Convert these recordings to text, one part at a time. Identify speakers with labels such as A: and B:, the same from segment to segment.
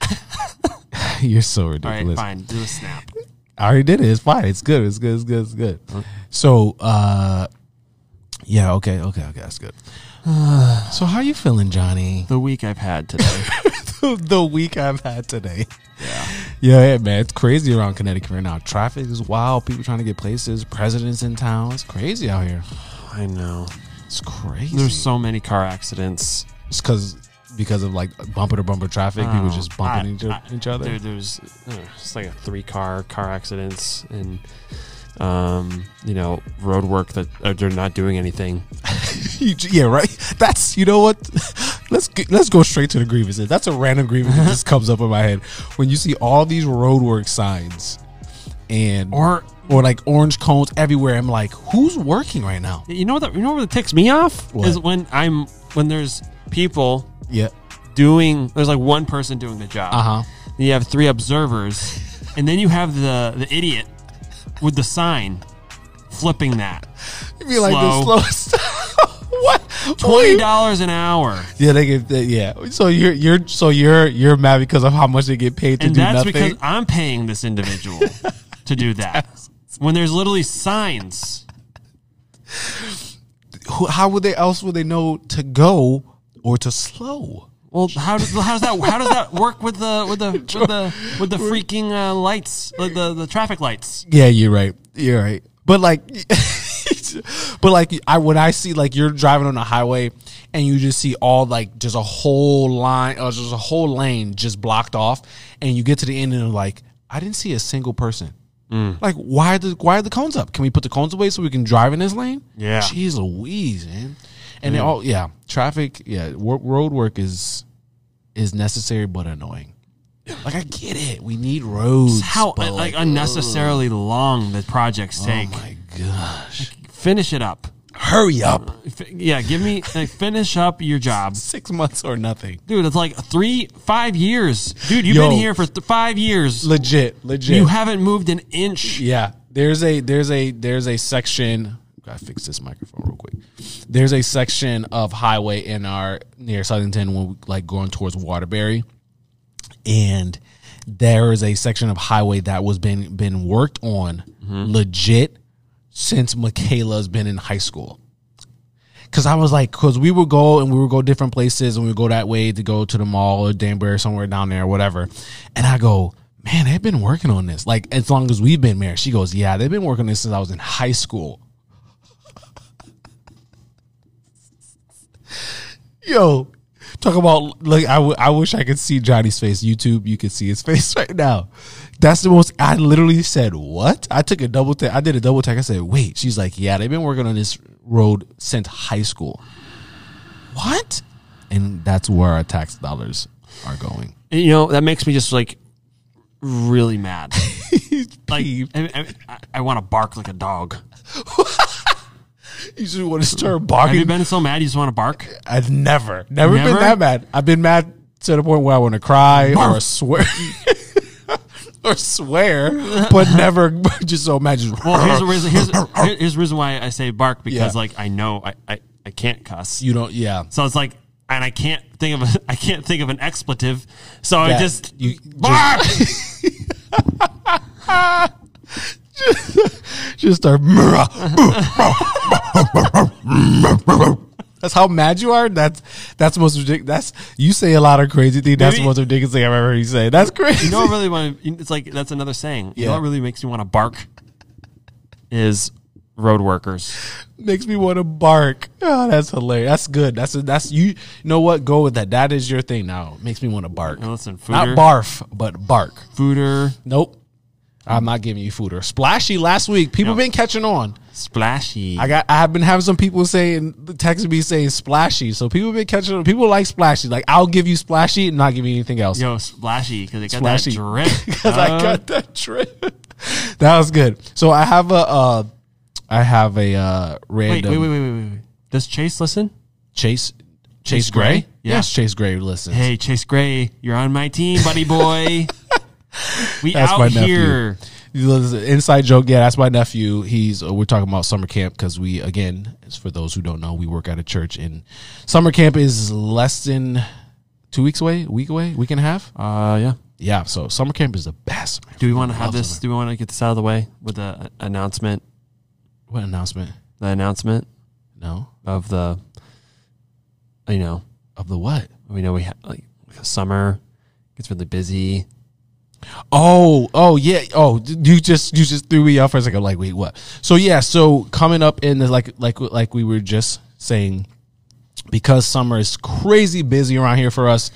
A: You're so
B: All
A: ridiculous.
B: right, fine. Do a snap.
A: I already did it. It's fine. It's good. It's good. It's good. It's good.
B: Mm-hmm.
A: So, uh, yeah. Okay. Okay. Okay. That's good. so, how are you feeling, Johnny?
B: The week I've had today.
A: the week I've had today. Yeah. Yeah, man. It's crazy around Connecticut right now. Traffic is wild. People trying to get places. Presidents in town. It's crazy out here.
B: I know.
A: It's crazy.
B: There's so many car accidents.
A: it's because because of like bumper to bumper traffic, people
B: Oh,
A: just bumping
B: I-
A: into
B: I-
A: each other.
B: There, there's uh, it's like a three car car accidents and um you know road work that uh, they're not doing anything.
A: You j- yeah, right. That's you know what. Let's g- let's go straight to the grievances. That's a random grievance that just comes up in my head when you see all these roadwork signs and
B: Or-
A: or like orange cones everywhere. I'm like, who's working right now?
B: You know that you know what ticks me off
A: What?
B: is when I'm when there's people
A: Yeah.
B: doing there's like one person doing the job.
A: Uh huh.
B: Then you have three observers, and then you have the the idiot with the sign flipping that
A: You be like the
B: Slow.
A: slowest. what?
B: twenty
A: Wait.
B: dollars an hour,
A: Yeah, they get. They, yeah. So you're you're so you're you're mad because of how much they get paid to
B: and
A: do
B: that's
A: nothing.
B: because I'm paying this individual to do that. When there's literally signs,
A: Who- how would they else would they know to go or to slow?
B: well, how does how does that how does that work with the with the with the with the freaking uh, lights, the, the the traffic lights?
A: Yeah, you're right. You're right. But like, but like, I when I see like you're driving on the highway and you just see all like just a whole line or just a whole lane just blocked off, and you get to the end and you're like, I didn't see a single person.
B: Mm.
A: Like, why are the why are the cones up? Can we put the cones away so we can drive in this lane?
B: Yeah. Mm.
A: jeez Louise, man. And they all yeah, traffic yeah, wor- road work is is necessary but annoying. Like I get it, we need roads.
B: How uh,
A: but,
B: like unnecessarily long the projects take.
A: Oh my gosh.
B: Finish it up.
A: Hurry up.
B: F- yeah, give me like finish up your job,
A: Six months or nothing.
B: dude. It's like three, five years, dude. You've
A: Yo.
B: been here for th- five years.
A: Legit, legit.
B: You haven't moved an inch.
A: yeah. There's a there's a there's a section gotta fix this microphone real quick. There's a section of highway in our near Southington when we like going towards Waterbury. And there is a section of highway that was been been worked on legit since Michaela's been in high school. Cause I was like, cause we would go and we would go different places and we would go that way to go to the mall or Danbury or somewhere down there or whatever. And I go, man, they've been working on this. Like as long as we've been married. She goes, yeah, they've been working on this since I was in high school. Yo, talk about like I, w- I wish I could see Johnny's face. YouTube, you can see his face right now. That's the most. I literally said what? I took a double take. I did a double take. I said, wait. She's like, yeah, they've been working on this road since high school. What? And that's where our tax dollars are going.
B: And, You know that makes me just like really mad. like I, I, I want to bark like a dog.
A: You just want to start
B: Have you
A: barking.
B: been so mad you just want to bark?
A: I've never, never,
B: Never?
A: been that mad. I've been mad to the point where I want to cry or swear. Or swear, but never just so imagine.
B: Well, here's the reason. Here's, here- here's the reason why I say bark because
A: Yeah.
B: like I know I, I, I can't cuss.
A: You don't, yeah.
B: So it's like, and I can't think of a, I can't think of an expletive. So I
A: That-
B: just
A: you-
B: bark.
A: Just start. That's how mad you are. That's that's the most ridiculous. That's you say a lot of crazy things. That's the
B: Maybe-
A: most ridiculous thing I've ever heard you say. That's crazy.
B: you know what really want to, it's like that's another saying. You know
A: Yeah.
B: what really makes me want to bark is road workers.
A: Makes me want to bark. Oh, that's hilarious. That's good. That's that's you. You know what? Go with that. That is your thing now. Makes me want to bark.
B: Now listen,
A: Not
B: Fooder.
A: barf, but bark.
B: Fooder,
A: Nope. I'm not giving you food or splashy. Last week, people
B: No.
A: been catching on.
B: splashy.
A: I got. I've been having some people saying, texting me saying splashy. So people been catching. on. People like splashy. Like I'll give you splashy and not give you anything else.
B: Yo, splashy because it got
A: Splashy.
B: that drip. Oh,
A: Because I
B: dog.
A: got that trip. that was good. So I have a. Uh, I have a uh,
B: Wait,
A: random
B: wait, wait, wait, wait, wait. um, Does Chase listen?
A: Chase. Chase
B: Gray?
A: Gray.
B: Yeah.
A: Yes, Chase Gray listens.
B: Hey, Chase Gray, you're on my team, buddy boy. we
A: That's
B: out
A: my nephew.
B: here.
A: You know, this is an inside joke. Yeah, that's my nephew. He's uh, we're talking about summer camp because we again, it's for those who don't know, we work at a church and summer camp is less than two weeks away, week away, week and a half.
B: Uh, yeah.
A: yeah, so summer camp is the best. Man.
B: Do we want to have
A: Love
B: this?
A: summer.
B: Do we want to get this out of the way with the announcement?
A: What announcement?
B: The announcement
A: No,
B: of the, you know,
A: of the what?
B: we know we have like summer gets really busy.
A: Oh, oh yeah. Oh, you just you just threw me off for a second. Like, wait, what? So yeah, so coming up in the like like like we were just saying, because summer is crazy busy around here for us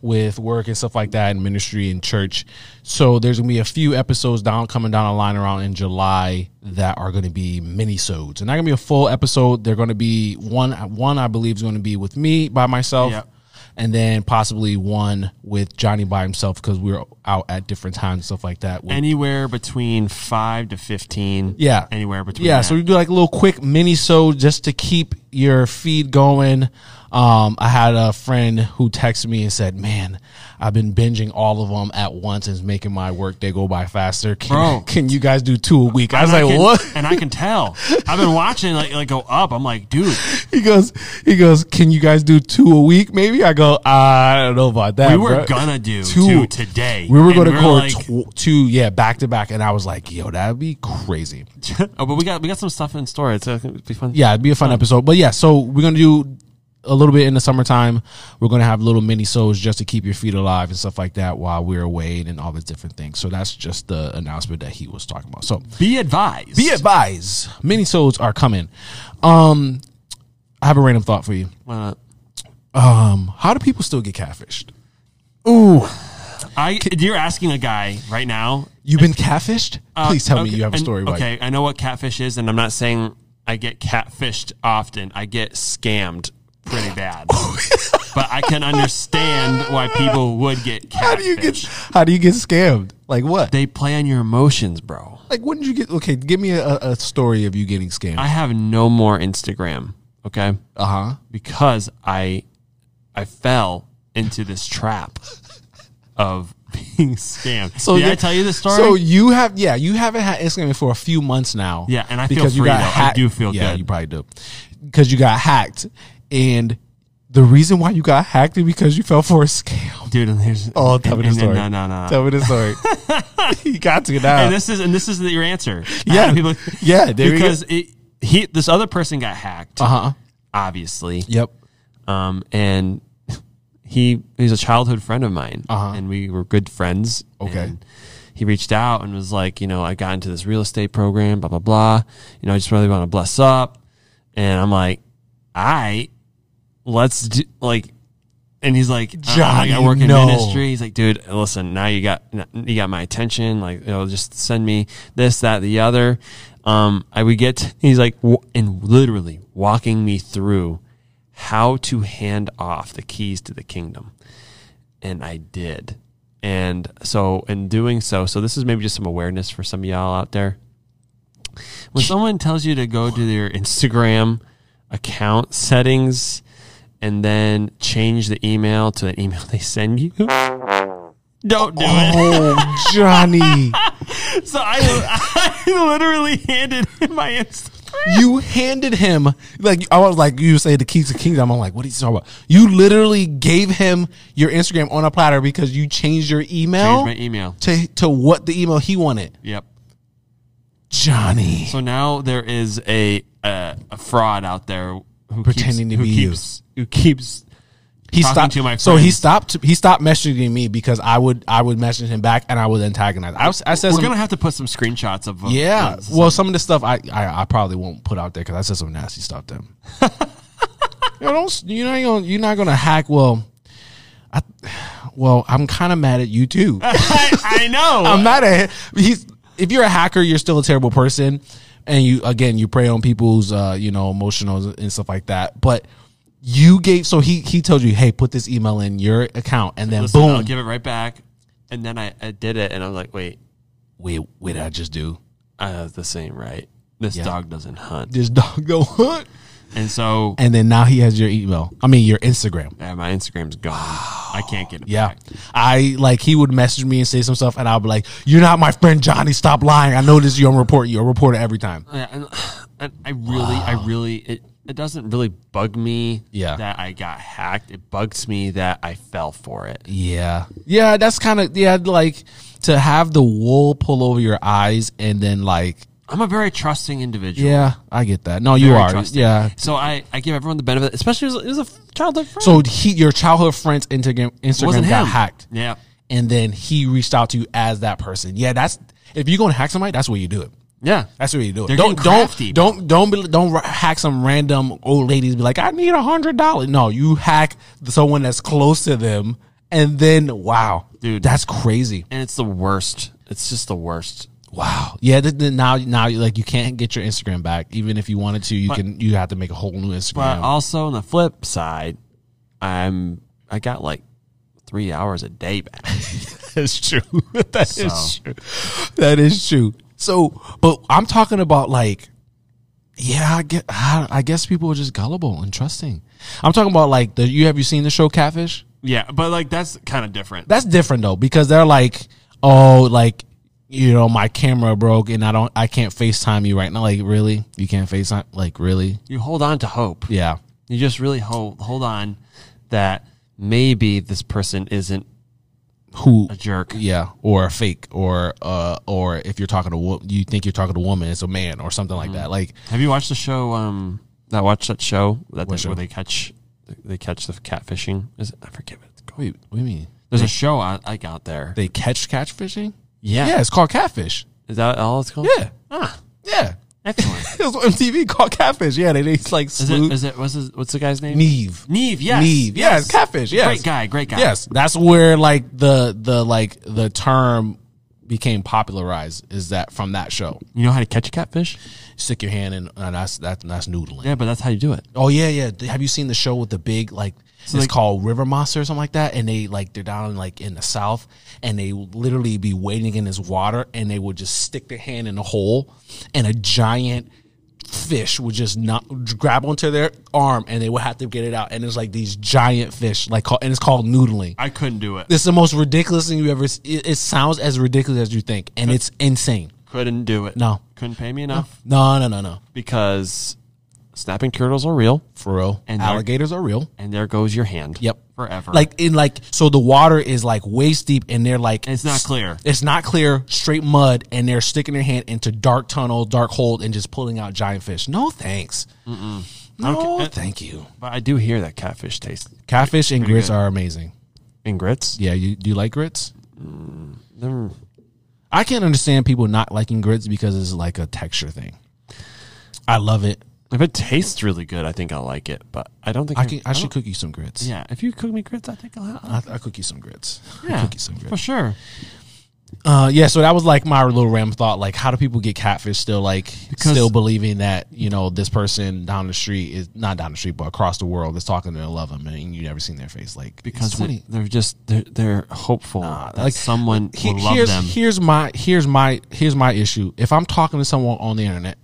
A: with work and stuff like that and ministry and church. So there's gonna be a few episodes down coming down the line around in July that are gonna be mini sodes. And not gonna be a full episode. They're gonna be one one I believe is gonna be with me by myself
B: Yep.
A: and then possibly one with Johnny by himself because we were out at different times and stuff like that. With-
B: Anywhere between five to fifteen.
A: Yeah.
B: Anywhere between.
A: yeah,
B: that.
A: so we do like a little quick mini so just to keep your feed going. Um, I had a friend who texted me and said, "Man, I've been binging all of them at once and it's making my work day go by faster. Can,
B: Bro.
A: can you guys do two a week?" I was
B: And I
A: like,
B: can-
A: "What?"
B: And I can tell. I've been watching like like go up. I'm like, dude,
A: He goes, "He goes, can you guys do two a week? Maybe." I go, "I don't know about that."
B: we were
A: bruh."
B: gonna do
A: Two.
B: two, today.
A: We were
B: And
A: going to
B: we're
A: record tw-
B: like-
A: two, yeah, back to back, and I was like, "Yo, that'd be crazy."
B: oh, but we got we got some stuff in store. It's uh, it'd be fun.
A: Yeah, it'd be a fun episode. But yeah, so we're gonna do a little bit in the summertime. We're gonna have little mini shows just to keep your feet alive and stuff like that while we're away and all these different things. So that's just the announcement that he was talking about. So
B: Be advised.
A: be advised, mini shows are coming. Um, I have a random thought for you.
B: Uh,
A: Um, how do people still get catfished?
B: I you're asking a guy right now.
A: You've been catfished?
B: uh,
A: Please tell me
B: okay,
A: you have a
B: and-
A: story. about
B: Okay, I know what catfish is, and I'm not saying I get catfished often. I get scammed pretty bad.
A: Oh,
B: but I can understand why people would get catfished.
A: How do you get? How do you get scammed? Like what?
B: They play on your emotions, bro.
A: Like when did you get? Okay, give me a, a story of you getting scammed.
B: I have no more Instagram, okay?
A: Uh huh.
B: Because I I fell into this trap of being scammed.
A: So
B: So Did
A: yeah-
B: I tell you the story?
A: So you have, yeah, you haven't had Instagram for a few months now.
B: Yeah, and I feel free, though. I do feel
A: yeah,
B: good.
A: you probably do because you got hacked, and the reason why you got hacked is because you fell for a scam.
B: Dude, and here's
A: Oh, tell me
B: and-
A: the
B: and then-
A: story.
B: No, no, no.
A: Tell me the story. you got to now.
B: and this is and this is your answer.
A: Yeah.
B: Uh, people-
A: Yeah, there we go.
B: because it, he this other person got hacked,
A: Uh huh.
B: obviously,
A: Yep.
B: um, and he he's a childhood friend of mine,
A: Uh-huh.
B: and we were good friends.
A: Okay.
B: and he reached out and was like, you know, I got into this real estate program, blah blah blah. You know, I just really want to bless up, and I'm like, I let's do like. And he's like, Johnny, I
A: Johnny,
B: work in
A: no.
B: ministry. He's like, dude, listen, now you got you got my attention. Like, you know, just send me this, that, the other. Um, I would get. He's like, w- and literally walking me through how to hand off the keys to the kingdom, and I did. And so, in doing so, so this is maybe just some awareness for some of y'all out there. When someone tells you to go to their Instagram account settings and then change the email to an email they send you, don't do it.
A: Oh, Johnny,
B: So I, I literally handed him my Instagram.
A: you handed him like I was like you say the keys to kingdom. I'm like, what are you talking about? You literally gave him your Instagram on a platter because you changed your email.
B: Changed my e- email.
A: to to what the email he wanted.
B: Yep.
A: Johnny.
B: So now there is a uh, a fraud out there who
A: Pretending to
B: keeps, who
A: be you.
B: keeps, you. Who keeps?
A: He
B: talking
A: stopped
B: to my
A: So he
B: friends.
A: stopped he stopped messaging me because I would I would message him back and I would antagonize. I, was, I said
B: We're
A: some-
B: gonna have to put some screenshots of. uh,
A: yeah.
B: this.
A: Well, some of the stuff I, I, I probably won't put out there because I said some nasty stuff. Then you know, don't you know you're, you're not gonna hack. Well, I well I'm kind of mad at you too.
B: I, I know.
A: I'm not a he's if you're a hacker, you're still a terrible person. And you again, you prey on people's uh, you know, emotionals and stuff like that. But you gave so he he told you, hey, put this email in your account and then
B: Listen, I'll
A: boom.
B: give it right back. And then I, I did it, and I was like, wait,
A: wait, wait, I just do.
B: uh, this ain't right. This dog doesn't hunt.
A: This dog go hunt.
B: And so
A: And then now he has your email. I mean your Instagram.
B: yeah, my Instagram's gone. I can't get it
A: Yeah.
B: back.
A: I like he would message me and say some stuff and I'll be like, You're not my friend Johnny, stop lying. I know this you I'm report you. I report it every time.
B: Yeah, and, and I really, I really, it, it doesn't really bug me
A: Yeah.
B: that I got hacked. It bugs me that I fell for it.
A: Yeah. Yeah, that's kind of yeah, like to have the wool pull over your eyes and then like
B: I'm a very trusting individual.
A: yeah, I get that. No, you
B: Very
A: are.
B: trusting.
A: Yeah.
B: So I, I give everyone the benefit, especially as, as a childhood friend.
A: So he your childhood friend's Instagram
B: it wasn't
A: Instagram
B: him.
A: got hacked
B: Yeah.
A: and then he reached out to you as that person. Yeah, that's if you're going to hack somebody, that's where you do it.
B: Yeah.
A: That's what you do.
B: They're
A: it. Don't
B: getting
A: don't,
B: crafty.
A: don't don't be- don't ra- hack some random old ladies. Be like, I need a hundred dollars. No, you hack someone that's close to them, and then wow,
B: Dude.
A: that's crazy.
B: And it's the worst. It's just the worst.
A: Wow, yeah. Th- th- now now you- like you can't get your Instagram back, even if you wanted to. You can you have to make a whole new
B: But
A: Instagram.
B: also on the flip side, I'm I got like three hours a day back.
A: That's true. That is true. That is true. So, but I'm talking about like, yeah, I get. I I guess people are just gullible and trusting. I'm talking about like the you have you seen the show Catfish?
B: yeah, but like that's kind of different.
A: that's different though because they're like, oh, like you know, my camera broke and I don't, I can't Facetime you right now. Like, really, you can't Facetime? Like, really?
B: you hold on to hope.
A: Yeah,
B: You just really hold hold on that maybe this person isn't
A: who?
B: a jerk.
A: Yeah, or a fake, or uh, or if you're talking to wo- you think you're talking to a woman, it's a man or something
B: Mm-hmm.
A: like that. Like,
B: Have you watched the show? Um, I watched that show that they,
A: show?
B: where they catch they catch the catfishing. Is it, I forget what it's called.
A: wait, what do you mean?
B: There's a show I, I got there.
A: They catch catfishing?
B: yeah.
A: Yeah, it's called catfish.
B: is that all it's called?
A: Yeah,
B: Ah,
A: yeah.
B: excellent.
A: It was on MTV called catfish. Yeah, they, they like
B: Is it?
A: salute
B: Is it? What's his, what's the guy's name?
A: Neve.
B: Neve. Yes.
A: Neve. Yeah, it's catfish, yes.
B: Great guy. Great guy.
A: Yes, that's where like the the like the term became popularized. Is that from that show?
B: You know how to catch a catfish?
A: Stick your hand in, and that's that's that's noodling.
B: Yeah, but that's how you do it.
A: Oh yeah, yeah. Th- Have you seen the show with the big like? it's
B: like-
A: called River Monster or something like that, and they like they're down like in the south, and they will literally be waiting in this water, and they would just stick their hand in a hole, and a giant fish would just not grab onto their arm, and they would have to get it out, and it's like these giant fish, like call- and it's called noodling.
B: I couldn't do it.
A: This is the most ridiculous thing you ever. It, it sounds as ridiculous as you think, and it's insane.
B: Couldn't do it.
A: No.
B: Couldn't pay me enough
A: No, no, no, no.
B: because snapping turtles are real,
A: For real,
B: And they're-
A: alligators are real.
B: and there goes your hand.
A: Yep.
B: Forever.
A: Like in like, so the water is like waist deep, and they're like,
B: And it's not clear.
A: It's not clear, straight mud, and they're sticking their hand into dark tunnel, dark hole, and just pulling out giant fish. No thanks. No,
B: Okay.
A: thank you.
B: But I do hear that catfish taste
A: Catfish and grits are amazing.
B: in grits.
A: Yeah, you do you like grits?
B: They're-
A: I can't understand people not liking grits because it's like a texture thing. I love it.
B: If it tastes really good, I think I'll like it. But Hmm. I don't think
A: I can. I should
B: don't-
A: cook you some grits.
B: Yeah, if you cook me grits, I think I'll. Have,
A: I, I cook you some grits. I
B: yeah,
A: cook you some
B: for
A: grits.
B: sure.
A: Uh, yeah. So that was like my little ram thought. Like, how do people get catfish? Still, like, still believing that you know this person down the street is not down the street, but across the world is talking to them, love them, and you never seen their face. Like, it's
B: Because
A: twenty.
B: they, are just they're, they're hopeful
A: Ah,
B: that
A: like,
B: someone
A: He-
B: will love
A: here's,
B: them.
A: Here's my here's my here's my issue. If I'm talking to someone on the internet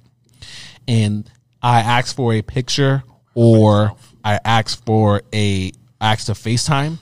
A: and I ask for a picture or I ask for a I ask to FaceTime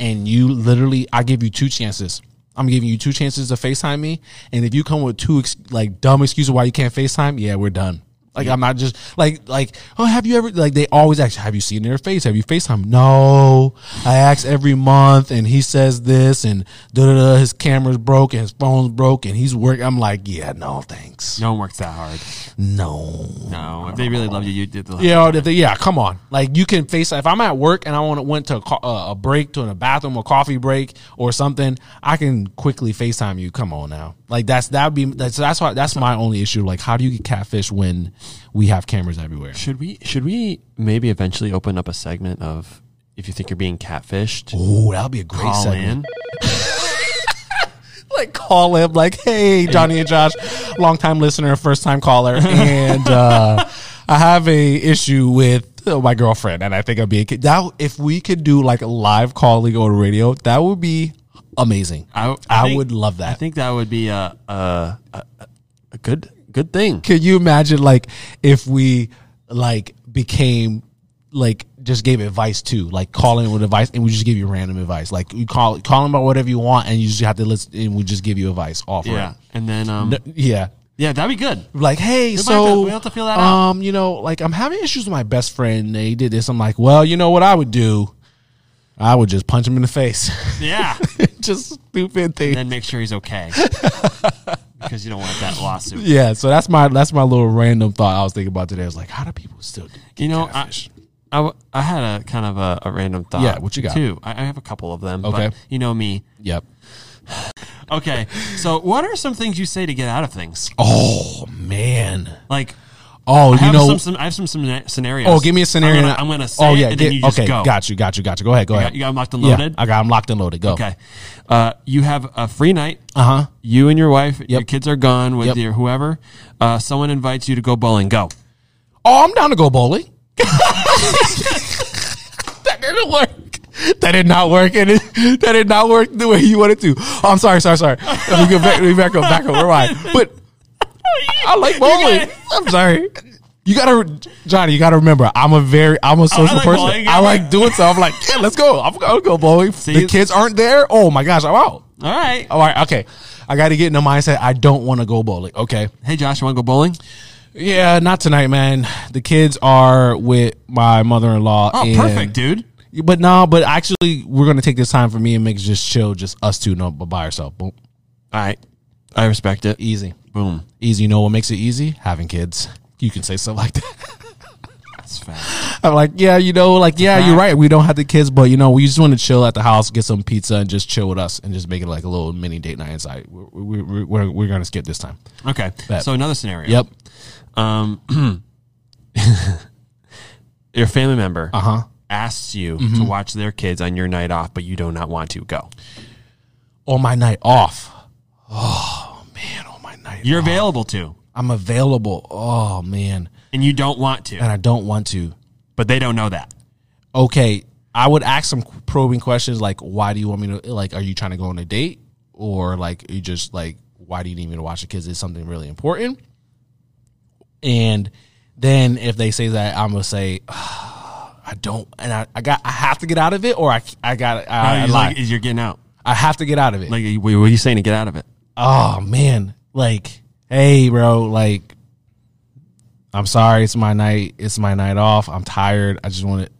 A: and you literally I give you two chances. I'm giving you two chances to FaceTime me, and if you come with two ex- like dumb excuses why you can't FaceTime, yeah, we're done. Like I'm not just like like oh have you ever like they always ask have you seen their face have you Facetime no I ask every month and he says this and da da da his camera's broke and his phone's broke and he's working I'm like yeah no thanks
B: no one works that hard.
A: no
B: No, if they really love you, you did. The,
A: yeah, or if they- yeah, come on. Like you can face if I'm at work and I want to went to a, co- uh, a break to a bathroom or coffee break or something, I can quickly FaceTime you. Come on now. Like that's that would be that's that's why that's my only issue. Like how do you get catfish when we have cameras everywhere?
B: Should we should we maybe eventually open up a segment of if you think you're being catfished,
A: Oh, that would be a great
B: call
A: segment.
B: in.
A: Like call him like, "Hey, Johnny and Josh, longtime listener, first time caller, and uh I have a issue with uh, my girlfriend and I think I'm being kid- that if we could do like a live calling on radio, that would be amazing.
B: I, I
A: I
B: think-
A: would love
B: I
A: that.
B: think that would be a a, a, a- a good good thing.
A: Can you imagine like if we like became like just gave advice too, like calling with advice, and we just give you random advice. Like you call call them about whatever you want, and you just have to listen, and we just give you advice off.
B: Yeah, and then um,
A: yeah,
B: Yeah, that'd be good.
A: like, hey,
B: We'll
A: so
B: have to- we'll have to feel that out.
A: um, you know, like I'm having issues with my best friend. They did this. I'm like, well, you know what I would do? I would just punch him in the face.
B: Yeah.
A: just stupid thing.
B: then make sure he's okay. because you don't want that lawsuit.
A: yeah, so that's my that's my little random thought I was thinking about today. I was like, how do people still do?
B: You know, I, I, w- I had a kind of a, a random thought.
A: Yeah, what you got?
B: Too. I, I have a couple of them.
A: Okay.
B: But you know me.
A: Yep.
B: Okay. so, what are some things you say to get out of things?
A: Oh man.
B: Like,
A: Oh,
B: I
A: you
B: have
A: know.
B: some, some, I have some, some sce- scenarios.
A: oh, give me a scenario.
B: I'm
A: and
B: gonna,
A: I-
B: I'm gonna say it, and then
A: yeah,
B: you just
A: okay,
B: go.
A: got you, got you, got you. Go ahead, go
B: You
A: ahead.
B: got, you got 'em locked and
A: Yeah,
B: loaded.
A: I got. I'm locked and loaded. Go.
B: Okay. Uh, you have a free night.
A: Uh huh.
B: You and your wife, your
A: Yep.
B: kids are gone with
A: Yep.
B: your whoever. Uh, someone invites you to go bowling. Go.
A: Oh, I'm down to go bowling. that didn't work. That did not work, and it, that did not work the way you wanted to. Oh, I'm sorry, sorry, sorry. Let me go back. Let me back up. Back up. Where am I? But I like bowling. I'm sorry. You gotta, Johnny. You gotta remember, I'm a very, I'm a social
B: like
A: person.
B: bowling.
A: I like doing stuff. I'm like, yeah, let's go. I'm gonna go bowling. the kids aren't there. Oh my gosh, I'm out.
B: All right.
A: All right, okay. I got to get in the mindset. I don't want to go bowling. Okay.
B: Hey, Josh, you want to go bowling?
A: Yeah, not tonight, man. The kids are with my mother in law.
B: Oh, perfect, dude.
A: But no, but actually, we're gonna take this time for me and make just chill, just us two, no, but by ourselves. Boom,
B: All right. I respect it.
A: easy,
B: Boom.
A: easy. You know what makes it easy? Having kids. You can say stuff like that.
B: That's fast.
A: I'm like, yeah, you know, like, yeah, you're right. We don't have the kids, but you know, we just want to chill at the house, get some pizza, and just chill with us, and just make it like a little mini date night inside. We're we're, we're, we're gonna skip this time.
B: Okay.
A: Bet.
B: So another scenario.
A: Yep.
B: Um, your family member
A: Uh huh.
B: asks you
A: Mm-hmm.
B: to watch their kids on your night off, but you do not want to go.
A: on my night off. Oh man, on my night,
B: You're available to,
A: I'm available. Oh man,
B: and you don't want to,
A: and I don't want to.
B: but they don't know that.
A: Okay, I would ask some probing questions like, "Why do you want me to? Like, are you trying to go on a date, or like, you just like, why do you need me to watch the kids? Is something really important?" And then if they say that, I'm gonna say, "I don't," and I, I got, I have to get out of it, or I, I got, I, I,
B: You're
A: lie.
B: like, you're getting out.
A: I have to get out of it.
B: Like, what are you saying to get out of it?
A: oh man, like, hey, bro, like, I'm sorry, it's my night, it's my night off. I'm tired. I just want to,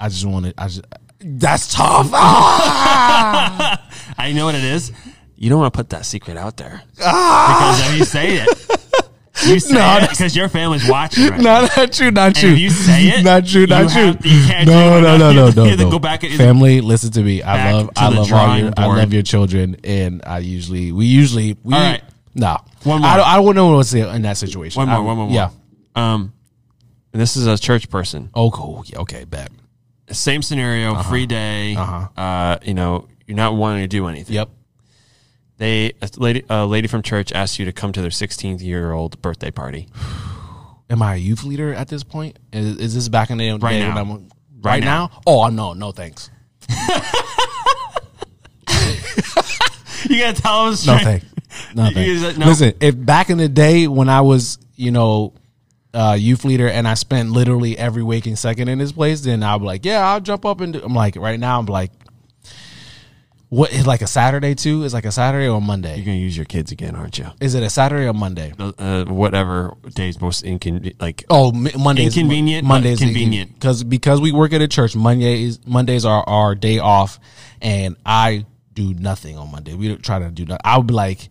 A: I just want to, I just. That's tough. Ah!
B: I know what it is. You don't want to put that secret out there because if you say it, you say
A: No,
B: it because your family's watching. Right
A: no, not you, not you.
B: if you say it,
A: not you,
B: you
A: not you.
B: have- you can't
A: no,
B: do
A: no,
B: it.
A: no,
B: You
A: no,
B: have to-
A: no,
B: you have to
A: no.
B: go back and-
A: Family, listen to me. I
B: Back
A: love,
B: to
A: I
B: the
A: love all
B: drawing
A: your, I
B: board.
A: love your children, and I usually, we usually, we,
B: All right.
A: no,
B: One more.
A: I don't, I don't know what to say in that situation.
B: One more,
A: I-
B: one more, one
A: yeah.
B: more. Um, and this is a church person.
A: Oh, cool. Yeah, okay, bet.
B: Same scenario, free day.
A: Uh-huh.
B: Uh, you know, you're not wanting to do anything.
A: Yep.
B: They a lady, a lady from church asked you to come to their 16th year old birthday party.
A: am I a youth leader at this point? Is, is this back in the
B: Right
A: day
B: now.
A: When I'm, right, now? Oh no, no thanks.
B: You gotta tell them
A: No
B: straight.
A: thanks. No
B: You- you
A: thanks.
B: said no.
A: Listen, if back in the day when I was, you know, uh, youth leader and I spent literally every waking second in this place, then I'd be like, yeah, I'll jump up and do. I'm like, right now, I'm like, what is like a Saturday too? Is like a Saturday or a
B: You're
A: Monday?
B: gonna use your kids again, aren't you?
A: Is it a Saturday or Monday?
B: Uh, Uh, whatever day's most inconvenient. Like,
A: Oh, m- Mondays.
B: Inconvenient, but
A: Mondays.
B: convenient.
A: Because because we work at a church, Mondays Mondays are our day off, and I do nothing on Monday. We don't try to do nothing. I would be like,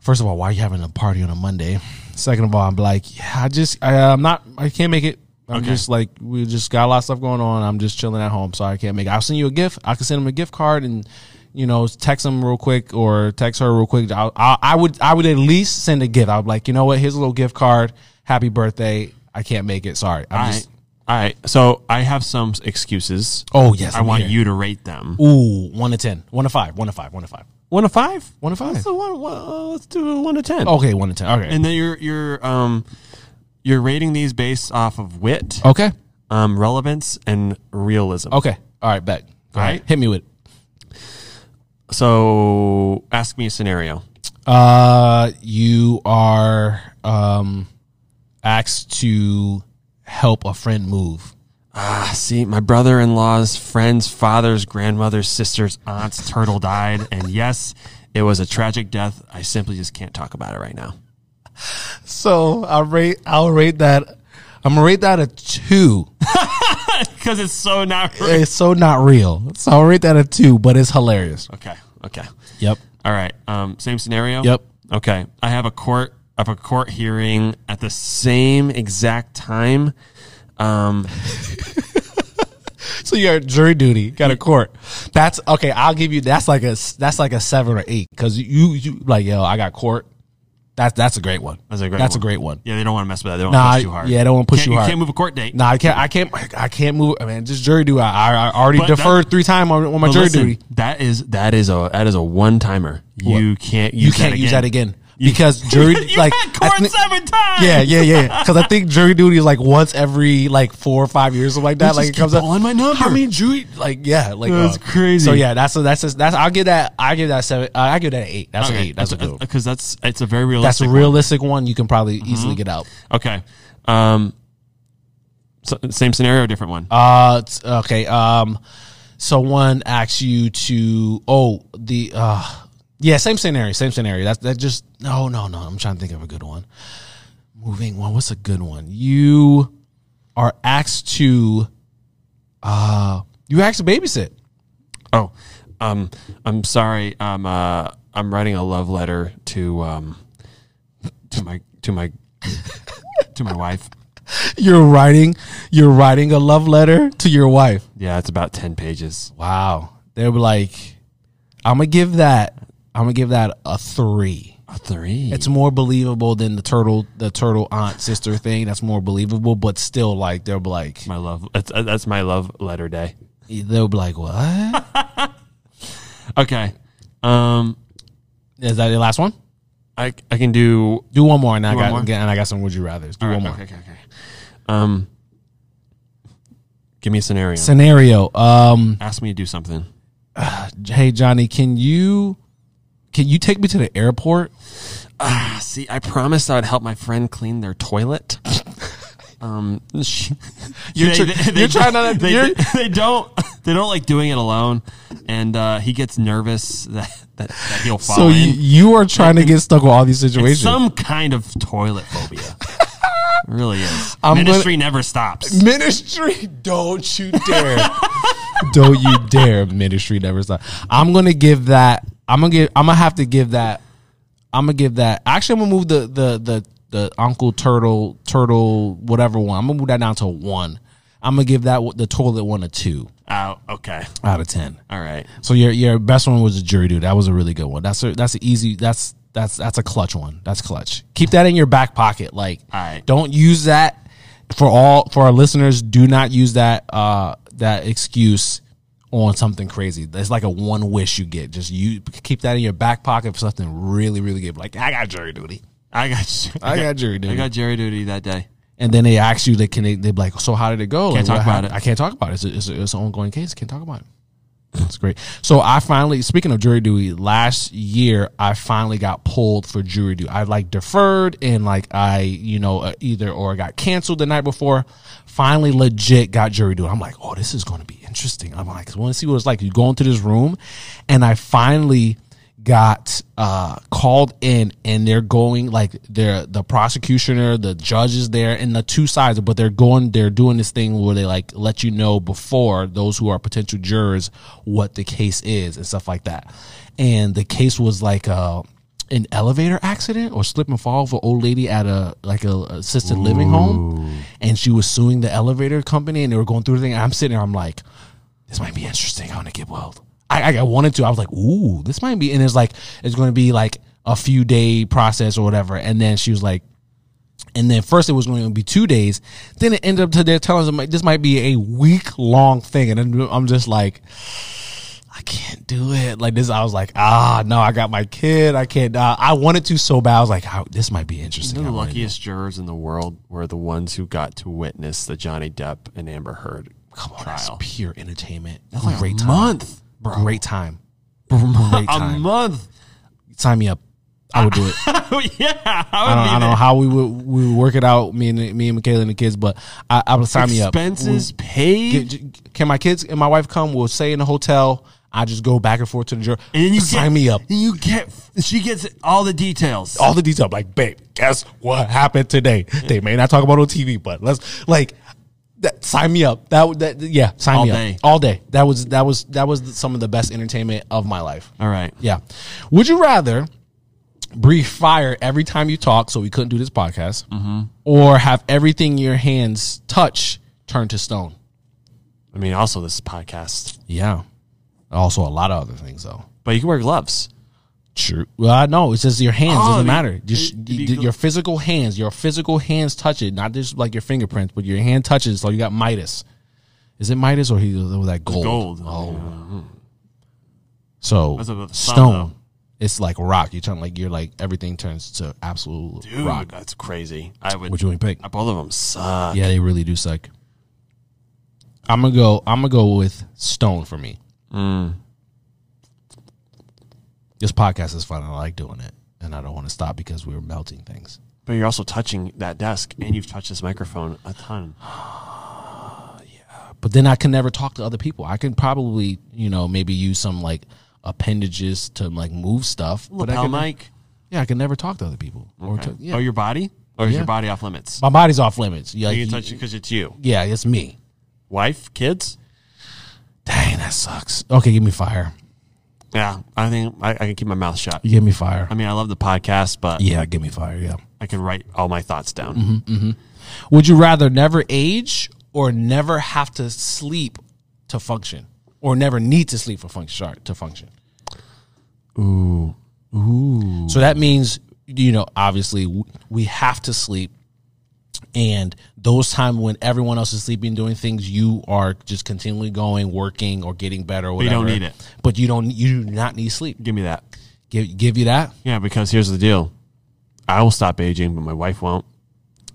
A: first of all, why are you having a party on a Monday? Second of all, I'm like, yeah, I just I, I'm not. I can't make it. I'm just like we just got a lot of stuff going on. I'm just chilling at home, so I can't make. it. I'll send you a gift. I can send him a gift card and. You know, text him real quick or text her real quick. I, I, I would, I would at least send a gift. I would like, you know what? Here's a little gift card. Happy birthday. I can't make it. Sorry. I'm
B: all right,
A: just.
B: all right. So I have some excuses.
A: Oh yes,
B: I
A: I'm
B: want
A: here.
B: you to rate them.
A: Ooh, one to ten, one to five, one to five, one to five,
B: One to five.
A: one to five.
B: So one, one, uh, let's do a one to ten.
A: Okay, one to ten. Okay,
B: Oh, and then you're you're um you're rating these based off of wit,
A: okay,
B: um, relevance, and realism.
A: okay. All right, back. All right,
B: right.
A: hit me with. It.
B: So ask me a scenario.
A: Uh, you are um asked to help a friend move.
B: Ah, see, my brother-in-law's friend's father's grandmother's sister's aunt's turtle died, and yes, It was a tragic death. I simply just can't talk about it right now.
A: So I rate. I'll rate that. I'm gonna rate that a two.
B: Because it's so not real.
A: It's so not real. So I'll rate that a two, but it's hilarious.
B: Okay. Okay.
A: Yep.
B: All right. Um, same scenario.
A: Yep.
B: Okay. I have a court. I have a court hearing at the same exact time. Um,
A: So you're at jury duty, got a court. That's okay. I'll give you. That's like a. That's like a seven or eight because you you like yo. I got court. That's that's a great one.
B: That's a great
A: That's a
B: one.
A: great one.
B: yeah, they don't want to mess with that. They don't
A: Nah,
B: want to push too hard.
A: yeah, they don't wanna push
B: Can't-
A: you hard.
B: You can't move a court date.
A: No, I can't. I can't. I can't move. I mean, just jury duty. I I, I already
B: But that-
A: deferred three time on, on my
B: But
A: jury
B: listen,
A: duty.
B: That is that is a that is a one timer. You can't use
A: You can't use that again because jury
B: you
A: like
B: had
A: I
B: court
A: thi-
B: seven times.
A: Yeah, yeah, yeah. Because I think jury duty is like once every like four or five years, something like that.
B: just
A: Like it
B: keep
A: comes up.
B: calling my number.
A: How many jury? Like yeah, like uh,
B: That's crazy.
A: So yeah, that's a, that's a, that's. I'll give that. I give that seven. Uh, I give that an eight. That's an eight. That's, a good. one.
B: because uh, that's it's a very realistic.
A: That's a
B: one. Mm-hmm.
A: realistic one. You can probably easily get out.
B: Okay. Um, so- same scenario, different one.
A: Uh, t- okay. Um, someone asks you to. Oh, the. uh Yeah, same scenario. Same scenario. That's that. Just no, no, no. I'm trying to think of a good one. Moving on. What's a good one? You are asked to. uh You asked to babysit.
B: Oh, um, I'm sorry. Um, uh, I'm writing a love letter to um, to my to my to my wife.
A: You're writing. You're writing a love letter to your wife.
B: Yeah, it's about ten pages.
A: Wow. They were like, I'm gonna give that. I'm gonna give that a three.
B: A Uh, three.
A: It's more believable than the turtle, the turtle aunt sister thing. That's more believable, but still, like they'll be like,
B: my love. That's, uh, that's my love letter day.
A: they'll be like, what?
B: Okay. Um,
A: Is that the last one?
B: I I can do
A: Do one more, and I
B: one
A: got
B: more?
A: again, and I got some would you rather's. Do one more
B: Okay, okay, okay. Um, give me a scenario.
A: scenario. Um,
B: Ask me to do something.
A: hey Johnny, can you can you take me to the airport?
B: Ah, see, I promised I would help my friend clean their toilet. um, she-
A: You're tr- you're trying to-
B: They,
A: you're-
B: they don't. They don't like doing it alone, and uh, he gets nervous that that, that he'll fall
A: So
B: in.
A: you, you are trying to get stuck with all these situations.
B: Some kind of toilet phobia. really is.
A: I'm gonna-
B: Ministry never stops.
A: Ministry, don't you dare. don't you dare ministry never stop. I'm gonna give that I'm gonna give I'm gonna have to give that I'm gonna give that actually I'm gonna move the the the the Uncle Turtle Turtle whatever one. I'm gonna move that down to a one. I'm gonna give that w- the toilet one a two
B: Oh, okay.
A: out of ten.
B: All right.
A: So your your best one was a jury dude. That was a really good one. That's a that's an easy that's that's that's a clutch one. That's clutch. Keep that in your back pocket. Like
B: Alright.
A: don't use that for all for our listeners, do not use that uh that excuse on something crazy. That's like a one wish you get. Just you keep that in your back pocket for something really, really good. Like I got jury duty.
B: I got.
A: I got jury duty.
B: I got jury duty that day.
A: and then they ask you, they can they, they be like, so how did it go? Like,
B: Can't talk
A: what
B: about
A: hap-
B: it.
A: I can't talk about it. It's, a, it's, a, it's an ongoing case. Can't talk about it. That's great. So I finally, speaking of jury duty, last year I finally got pulled for jury duty. I like deferred and like I, you know, uh, either or got canceled the night before. Finally, legit got jury duty. I'm like, oh, this is going to be interesting. I'm like, I want to see what it's like. You go into this room, and I finally got uh called in and they're going like they're the prosecutioner the judge is there and the two sides but they're going they're doing this thing where they like let you know before those who are potential jurors what the case is and stuff like that and the case was like uh an elevator accident or slip and fall of an old lady at a like a assisted living home and she was suing the elevator company and they were going through the thing and i'm sitting there i'm like this might be interesting. I want to get wild. I, I I wanted to. I was like, ooh, this might be. And it's like, it's going to be like a few day process or whatever. And then she was like, and then first it was going to be two days. Then it ended up to they're telling us like, this might be a week long thing. And I'm- I'm just like, I can't do it. Like this, I was like, ah, no, I got my kid. I can't. Uh, I wanted to so bad. I was like, how this might be interesting.
B: The
A: I wanna do it.
B: luckiest jurors in the world were the ones who got to witness the Johnny Depp and Amber Heard
A: Come on, that's
B: trial.
A: pure entertainment.
B: like a
A: Great time.
B: month, bro.
A: Great time. Great
B: A
A: time.
B: month.
A: Sign me up. I would do it.
B: yeah,
A: I
B: I
A: don't, I
B: would
A: don't know how we would we would work it out. Me and me and Michaela and the kids, but I, I would sign
B: be
A: me
B: there.
A: up.
B: Expenses paid.
A: Get- Can my kids and my wife come? We'll stay in the hotel. I just go back and forth to the jury.
B: And then you
A: sign
B: get-
A: me up.
B: And you get she gets all the details.
A: all the detail. Like, babe, guess what happened today? They may not talk about it on TV, but let's like that, sign me up. That would that yeah, sign
B: All
A: me
B: day.
A: up all day. That was that was that was some of the best entertainment of my life.
B: All right.
A: Yeah. Would you rather breathe fire every time you talk, so we couldn't do this podcast, or have everything your hands touch turn to stone?
B: I mean, also this podcast,
A: Yeah. Also, a lot of other things though.
B: but you can wear gloves.
A: True. Well, I know. It's just your hands
B: Oh,
A: doesn't
B: it'd be-
A: matter. Just
B: it'd be
A: you-
B: cool.
A: your physical hands. Your physical hands touch it, not just like your fingerprints, but your hand touches. So you got Midas. Is it Midas or he with that gold?
B: Gold.
A: Oh. So
B: That's about the sun,
A: stone. It's like rock. You turn like you're like everything turns to absolute
B: Dude,
A: rock.
B: that's crazy. I would.
A: Which one you pick?
B: both of them suck.
A: Yeah, they really do suck. I'm gonna go. I'm gonna go with stone for me.
B: Mm.
A: This podcast is fun. I like doing it, and I don't want to stop because we were melting things.
B: But you're also touching that desk, and you've touched this microphone a ton.
A: But then I can never talk to other people. I can probably, you know, maybe use some like appendages to like move stuff. But I
B: Lapel
A: can,
B: mic.
A: yeah, I can never talk to other people. Or to, yeah.
B: Oh, your body, or is
A: Yeah.
B: your body off limits?
A: my body's off limits. Yeah,
B: You
A: you-
B: can touch it because it's you.
A: yeah, it's me.
B: Wife, kids.
A: Dang, that sucks. Okay, give me fire.
B: Yeah, I think I, I can keep my mouth shut.
A: Give me fire.
B: I mean, I love the podcast, but
A: Yeah, give me fire. Yeah.
B: I can write all my thoughts down.
A: Mm-hmm. Would you rather never age or never have to sleep to function, or never need to sleep for function sorry, to function? Ooh, ooh. So that means you know, obviously, w- we have to sleep, and those times when everyone else is sleeping, doing things, you are just continually going, working, or getting better. Or
B: you
A: whatever.
B: don't need it.
A: but you don't. You do not need sleep.
B: Give me that.
A: Give give you that.
B: Yeah, because here's the deal: I will stop aging, but my wife won't.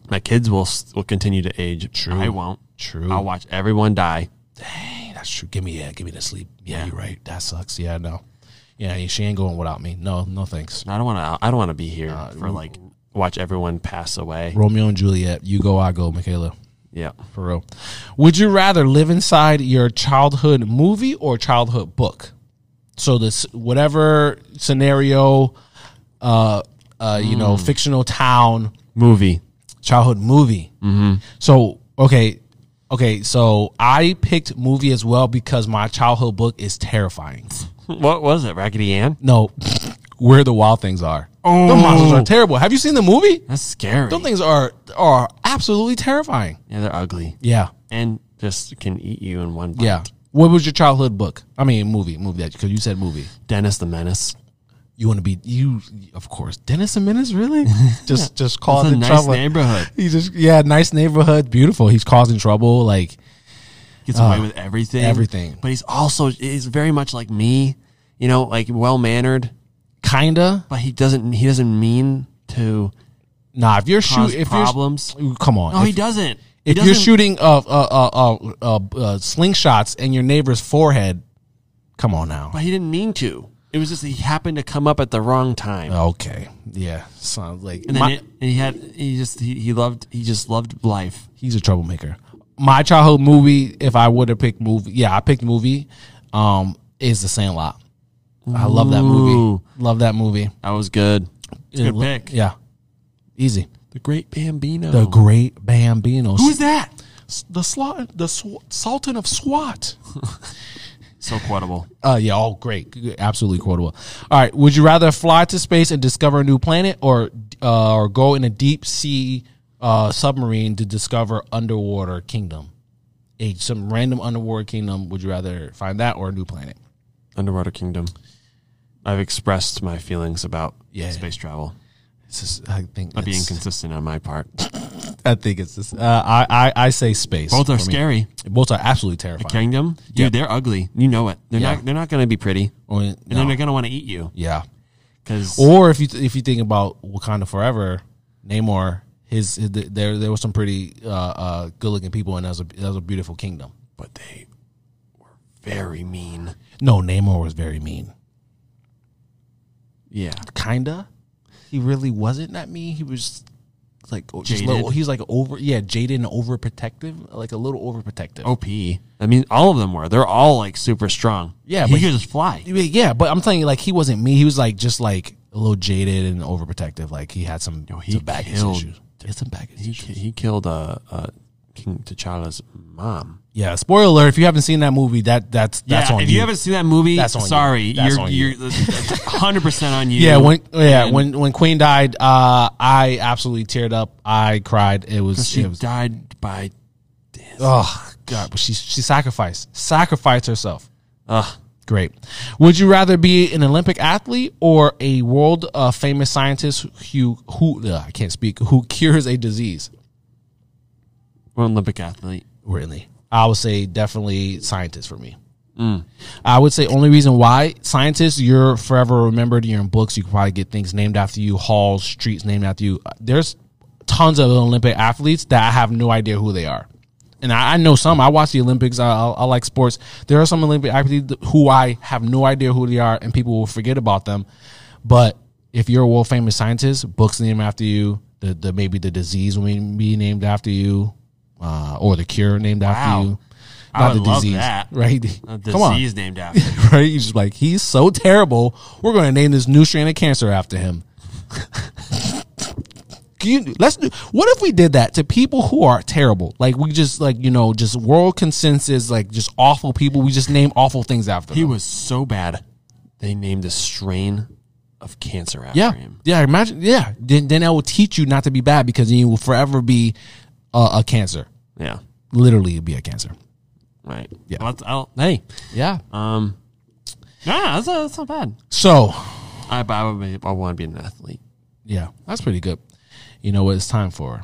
B: My kids will will continue to age. True. I won't.
A: True.
B: I'll watch everyone die.
A: That's true. "Ah, Give me yeah, give me the sleep. Yeah, you're right. That sucks. Yeah, no. Yeah, she ain't going without me. No, no thanks.
B: I don't want to. I don't want to be here
A: Uh,
B: for like watch everyone pass away.
A: Romeo and Juliet, you go, I go, Michaela.
B: Yeah.
A: For real. Would you rather live inside your childhood movie or childhood book? So this whatever scenario, uh, uh, you know, fictional town,
B: Movie.
A: childhood movie. Mm-hmm. So okay, okay. So I picked movie as well because my childhood book is terrifying.
B: What was it? Raggedy Ann.
A: No, where the wild things are.
B: Oh.
A: the monsters are terrible. Have you seen the movie?
B: That's scary.
A: Those things are are absolutely terrifying.
B: yeah, they're ugly
A: Yeah,
B: and just can eat you in one bite.
A: yeah. What was your childhood book? I mean, movie, movie that because you said movie.
B: Dennis the Menace.
A: You want to be you, of course. Dennis and Menace, really? Just just
B: It's a
A: causing
B: nice
A: trouble.
B: neighborhood.
A: He just yeah, nice neighborhood, beautiful. He's causing trouble, like
B: Gets away with everything.
A: Uh, everything.
B: But he's also he's very much like me. You know, like well mannered,
A: kinda.
B: but he doesn't he doesn't mean to
A: Nah, if you're
B: cause
A: shooting, if
B: problems.
A: you're come on,
B: No,
A: if,
B: he doesn't. He
A: if
B: doesn't,
A: you're shooting uh, uh, uh, uh, uh, uh, slingshots in your neighbor's forehead, come on now.
B: but he didn't mean to. It was just he happened to come up at the wrong time.
A: Okay. Yeah. Sounds like
B: and then
A: my-
B: it, and he had he just he, he loved he just loved life.
A: he's a troublemaker. My childhood movie, if I would have picked movie, yeah, I picked movie, um, is The Sandlot. I love that
B: Ooh.
A: movie. Love that movie.
B: That was good. It's a
A: Yeah,
B: good
A: lo-
B: pick.
A: Yeah. Easy.
B: The Great Bambino.
A: The Great Bambino.
B: Who's that?
A: the slot, the sw- Sultan of SWAT?
B: So quotable.
A: Uh, yeah. Oh, great. Absolutely quotable. All right. Would you rather fly to space and discover a new planet, or uh, or go in a deep sea uh, submarine to discover underwater kingdom? A some random underwater kingdom. Would you rather find that or a new planet?
B: Underwater Kingdom. I've expressed my feelings about
A: Yeah.
B: space travel.
A: It's just, I think
B: I'd be
A: it's-
B: inconsistent on my part.
A: I think it's this. Uh, I, I I say space.
B: Both are
A: for me.
B: scary.
A: Both are absolutely terrifying.
B: Kingdom, dude, they're ugly. You know it. They're
A: Yeah.
B: not. They're not going to be pretty,
A: I mean,
B: and then
A: Oh, no.
B: they're going to want to eat you
A: Yeah.
B: because
A: Or if you if you think about Wakanda Forever, Namor, his, his there there were some pretty uh, uh, good looking people, and that was a that was a beautiful kingdom.
B: but they were very mean.
A: No, Namor was very mean.
B: Yeah,
A: Kinda. He really wasn't that mean. He was like oh, just
B: Jaded.
A: little, he's like over yeah jaded and overprotective like a little overprotective.
B: OP. I mean, all of them were. They're all like super strong.
A: Yeah,
B: he
A: but
B: could just fly.
A: Yeah, Yeah, but I'm telling you, like he wasn't me. He was like just like a little jaded and overprotective. Like he had some,
B: he
A: some baggage
B: killed-
A: issues. He had some baggage
B: He,
A: issues.
B: ki- he killed uh, uh, King T'Challa's mom.
A: Yeah. Spoiler alert: If you haven't seen that movie, that that's that's
B: yeah,
A: on
B: if
A: you.
B: you haven't seen that movie,
A: That's on you.
B: sorry,
A: That's
B: you're
A: on you.
B: you're hundred percent on you.
A: yeah, when oh, yeah
B: Mm-hmm. And
A: when when Queen died, uh, I absolutely teared up. I cried. It was
B: she
A: it was
B: died by,
A: oh god. But she she sacrificed sacrificed herself.
B: ugh,
A: Great. Would you rather be an Olympic athlete or a world uh, famous scientist who who uh, I can't speak who cures a disease?
B: we're an Olympic athlete.
A: really. I would say definitely scientists for me. I would say only reason why scientists you're forever remembered. You're in books. You can probably get things named after you, halls, streets named after you. There's tons of Olympic athletes that I have no idea who they are, and I, I know some. I watch the Olympics. I, I, I like sports. There are some Olympic athletes who I have no idea who they are, and people will forget about them. But if you're a world famous scientist, books named after you. The, the maybe the disease will be named after you, uh, or the cure named
B: Wow.
A: after you.
B: I
A: Not
B: would love that.
A: right?
B: A
A: Come on,
B: disease named after. him.
A: right? You're just like, he's so terrible. We're going to name this new strain of cancer after him. Can you, let's do, what if we did that to people who are terrible? Like we just like you know just world consensus like just awful people. We just name awful things after
B: He
A: them.
B: was so bad. They named a strain of cancer after
A: Yeah,
B: him.
A: yeah. Imagine, yeah. Then then that will teach you not to be bad because then you will forever be a, a cancer.
B: Yeah.
A: Literally, be a cancer.
B: Right. Yeah. Well, that's- I'll- hey.
A: Yeah.
B: Um. Nah, that's, not- that's not bad.
A: So
B: I, but I, would be, I want to be an athlete.
A: Yeah, that's pretty good. You know what it's time for?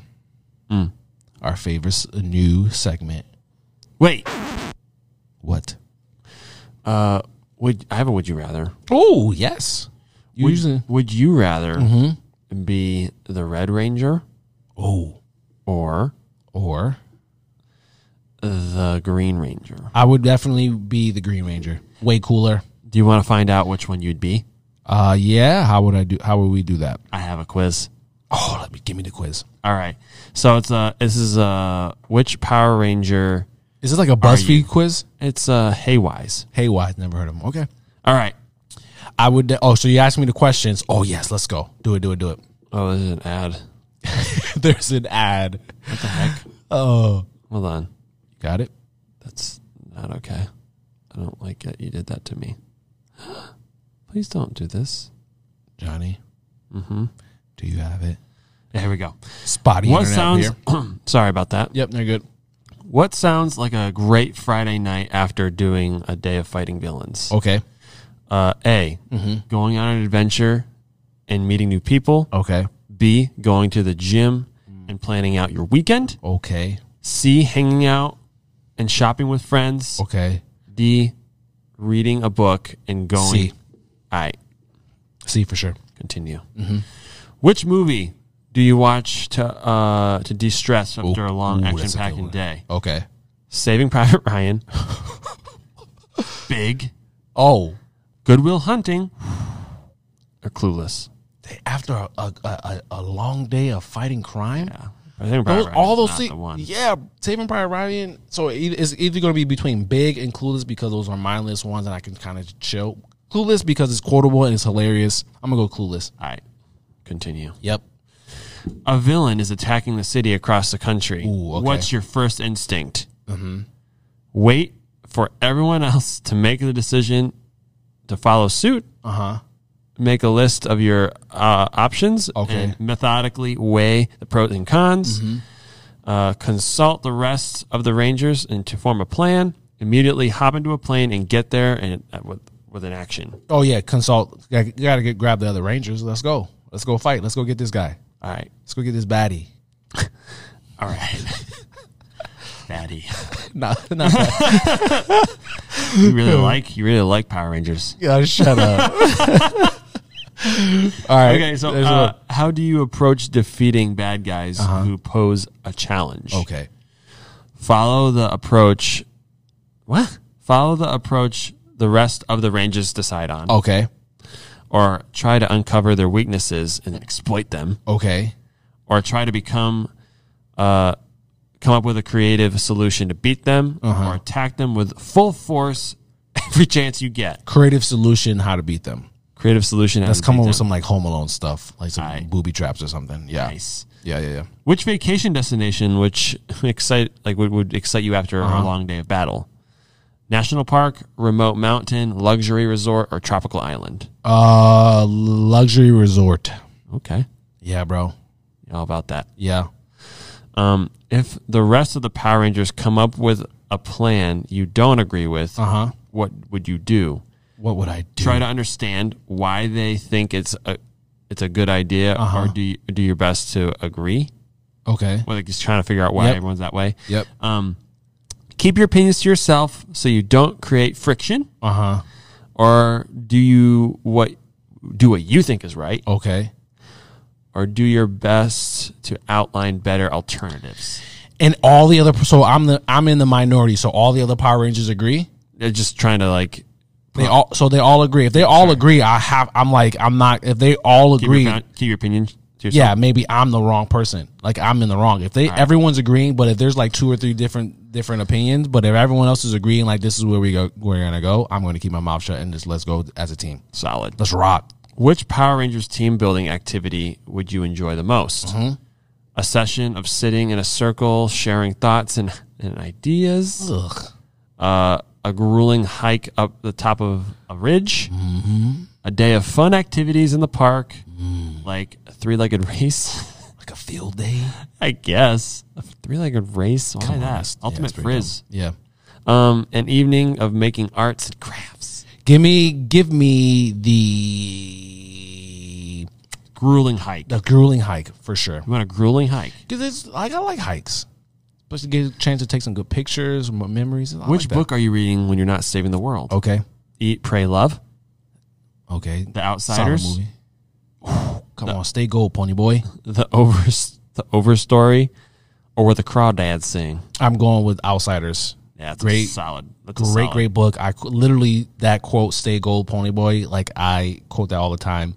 A: Our favorite s- new segment.
B: Wait.
A: What?
B: Uh. Would I have a Would you rather?
A: Oh, yes. You
B: Would,
A: usually
B: would you rather be the Red Ranger
A: Oh,
B: or
A: or
B: the Green Ranger?
A: I would definitely be the Green Ranger. Way cooler.
B: Do you want to find out which one you'd be?
A: Uh yeah, how would I do how would we do that?
B: I have a quiz.
A: Oh, let me give me the quiz.
B: All right. So it's uh this is uh which Power Ranger?
A: Is this like a
B: you-
A: BuzzFeed quiz?
B: It's uh Haywise.
A: Hey, why never heard of him. Okay.
B: All right.
A: I would de- Oh, so you asked me the questions. Oh, yes, let's go. Do it, do it, do it.
B: Oh, there's an ad.
A: There's an ad. What the heck? Oh.
B: Hold on.
A: Got it.
B: That's not okay. I don't like it. You did that to me. Please don't do this.
A: Johnny. Mm-hmm. Do you have it?
B: Here we go.
A: Spotty
B: What
A: internet
B: sounds?
A: here.
B: sorry about that.
A: Yep, they're good.
B: What sounds like a great Friday night after doing a day of fighting villains?
A: Okay.
B: Uh, a.
A: Mm-hmm.
B: Going on an adventure and meeting new people.
A: Okay.
B: B, going to the gym
A: Mm.
B: and planning out your weekend.
A: Okay.
B: C, hanging out and shopping with friends.
A: Okay.
B: D, reading a book and going.
A: C.
B: All right,
A: See for sure.
B: continue.
A: Mm-hmm.
B: Which movie do you watch to uh, to de stress after a long
A: Ooh,
B: action
A: that's a good
B: packing
A: one.
B: day?
A: Okay.
B: Saving Private Ryan, Big,
A: Oh,
B: Goodwill Hunting, or Clueless?
A: they- after a, a, a, a long day of fighting crime,
B: Yeah. I think
A: Oh. those,
B: Private
A: all
B: Ryan's
A: those
B: not
A: things.
B: the one.
A: Yeah, Saving Private Ryan. So it- it's either going to be between Big and Clueless because those are mindless ones and I can kind of chill. Clueless because it's quotable and it's hilarious. I'm gonna go Clueless.
B: All right, continue.
A: Yep.
B: a villain is attacking the city across the country.
A: Ooh, okay. Mm-hmm.
B: What's your first instinct? Wait for everyone else to make the decision to follow suit.
A: Uh huh.
B: Make a list of your uh, options
A: Okay. Mm-hmm.
B: and methodically weigh the pros and cons. Uh, consult the rest of the rangers and to form a plan. Immediately hop into a plane and get there and uh, with with an action.
A: Oh yeah. Consult. You gotta get grab the other Rangers. Let's go. Let's go fight. Let's go get this guy.
B: All right,
A: Let's go get this baddie.
B: all right, fatty.
A: Nah, not bad.
B: You really like you really like Power Rangers.
A: Yeah, shut up. All right.
B: Okay, so
A: There's
B: uh, how do you approach defeating bad guys who pose a challenge?
A: a- okay.
B: Follow the approach. What? Follow the approach the rest of the Rangers decide
A: Oh.
B: on,
A: Okay.
B: or try to uncover their weaknesses and exploit them,
A: Okay.
B: or try to become uh, come up with a creative solution to beat them
A: Uh-huh.
B: or attack them with full force every chance you get.
A: Creative solution how to beat them.
B: Creative solution.
A: Let's
B: That's
A: come up with some like Home Alone stuff, like some
B: Aight.
A: booby traps or something. Yeah.
B: Nice.
A: Yeah, yeah, yeah.
B: Which vacation destination which excite like would, would excite you after
A: Uh-huh.
B: a long day of battle? National park, remote mountain, luxury resort, or tropical island?
A: Uh, luxury resort.
B: Okay,
A: Yeah, bro.
B: all about that.
A: Yeah.
B: Um, if the rest of the Power Rangers come up with a plan you don't agree with,
A: Uh huh.
B: what would you do?
A: What would I do?
B: Try to understand why they think it's a it's a good idea,
A: Uh-huh.
B: or do you, do your best to agree.
A: okay.
B: Well, like just trying to figure out why
A: Yep.
B: everyone's that way.
A: Yep.
B: Um, keep your opinions to yourself so you don't create friction,
A: Uh huh.
B: or do you what do what you think is right,
A: Okay.
B: or do your best to outline better alternatives.
A: And all the other so I'm the I'm in the minority, so all the other Power Rangers agree.
B: They're Uh, just trying to like
A: They all so they all agree. If they all agree, I have I'm like I'm not if they all
B: keep
A: agree,
B: your, opin- keep your opinion to yourself.
A: yeah, maybe I'm the wrong person. Like I'm in the wrong. If they everyone's agreeing, but if there's like two or three different different opinions, but if everyone else is agreeing like this is where we go we're going to go, I'm going to keep my mouth shut and just let's go as a team.
B: Solid.
A: Let's rock.
B: Which Power Rangers team building activity would you enjoy the most? A session of sitting in a circle, sharing thoughts and, and ideas.
A: Ugh.
B: uh, a grueling hike up the top of a ridge,
A: Mm-hmm.
B: a day of fun activities in the park,
A: Mm.
B: like a three legged race.
A: Like a field day.
B: I guess a three legged race. Why that?
A: that's- yeah,
B: Ultimate
A: that's pretty
B: frizz.
A: Yeah.
B: Um, an evening of making arts and crafts.
A: Give me give me the
B: Grueling hike.
A: the grueling hike for sure.
B: You want a grueling hike?
A: Because it's like I like hikes, but to get a chance to take some good pictures, m- memories. I
B: Which
A: like that. Oh.
B: book are you reading when you're not saving the world?
A: Okay,
B: Eat, pray, love.
A: okay.
B: The Outsiders.
A: Solid movie. Come on, stay gold, pony boy.
B: The over the overstory, or what the crawdads sing.
A: I'm going with Outsiders.
B: Yeah, that's
A: Great-
B: a solid. That's a
A: Great,
B: solid.
A: great book. I qu- literally that quote, "Stay gold, pony boy." Like I quote that all the time.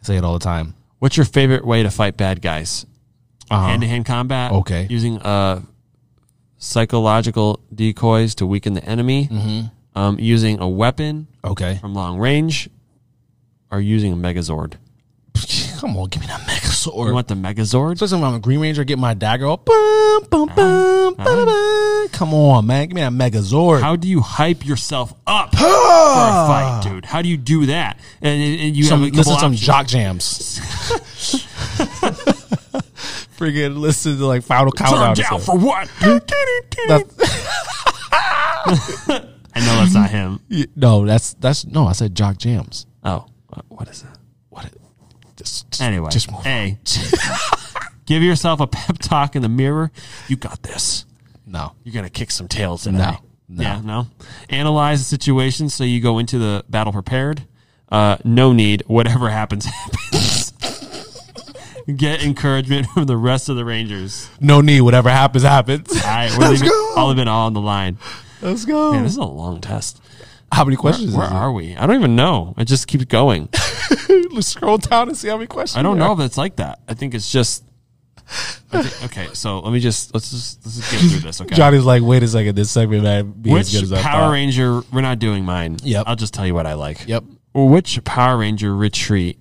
A: I say it all the time.
B: What's your favorite way to fight bad guys?
A: Uh-huh.
B: Hand to hand combat.
A: Okay.
B: Using uh, psychological decoys to weaken the enemy.
A: Mm-hmm.
B: Um, using a weapon
A: Okay,
B: from long range, or using a Megazord.
A: come on, give me that mega sword.
B: You want the Megazord?
A: Especially when I'm a Green Ranger, get my dagger. All, boom, boom, boom, ba-da-ba. Come on, man, give me that Megazord.
B: How do you hype yourself up for a fight, dude? How do you do that? And, and you
A: some
B: have a
A: listen
B: couple
A: to some
B: options.
A: jock jams. Friggin' listen to like final countdown.
B: Turn
A: and
B: down
A: stuff.
B: for what? I
A: That's-
B: know that's not him.
A: no, that's that's no. I said jock jams.
B: Oh, what- what is that?
A: What? Just, just-
B: Anyway,
A: just move.
B: hey, give yourself a pep talk in the mirror. You got this.
A: No,
B: You're gonna kick some tails today.
A: No, no.
B: Yeah, no. Analyze the situation so you go into the battle prepared. Uh, no need. Whatever happens, happens. Get encouragement from the rest of the Rangers.
A: no need. Whatever happens, happens.
B: All right, we're
A: Let's
B: leaving
A: go.
B: all of it all on the line.
A: Let's go.
B: Man, this is a long test.
A: how many questions?
B: Where
A: is
B: are we? I don't even know. It just keeps going.
A: it? Let's scroll down and see how many questions.
B: I don't
A: there
B: know
A: are.
B: if it's like that. I think it's just. I think- okay, so let me just let's just let's just get through this. Okay,
A: Johnny's like, wait a second. This segment might be as
B: which
A: good as I
B: Power
A: thought.
B: Ranger? We're not doing mine.
A: Yep.
B: I'll just tell you what I like.
A: Yep.
B: Which Power Ranger retreat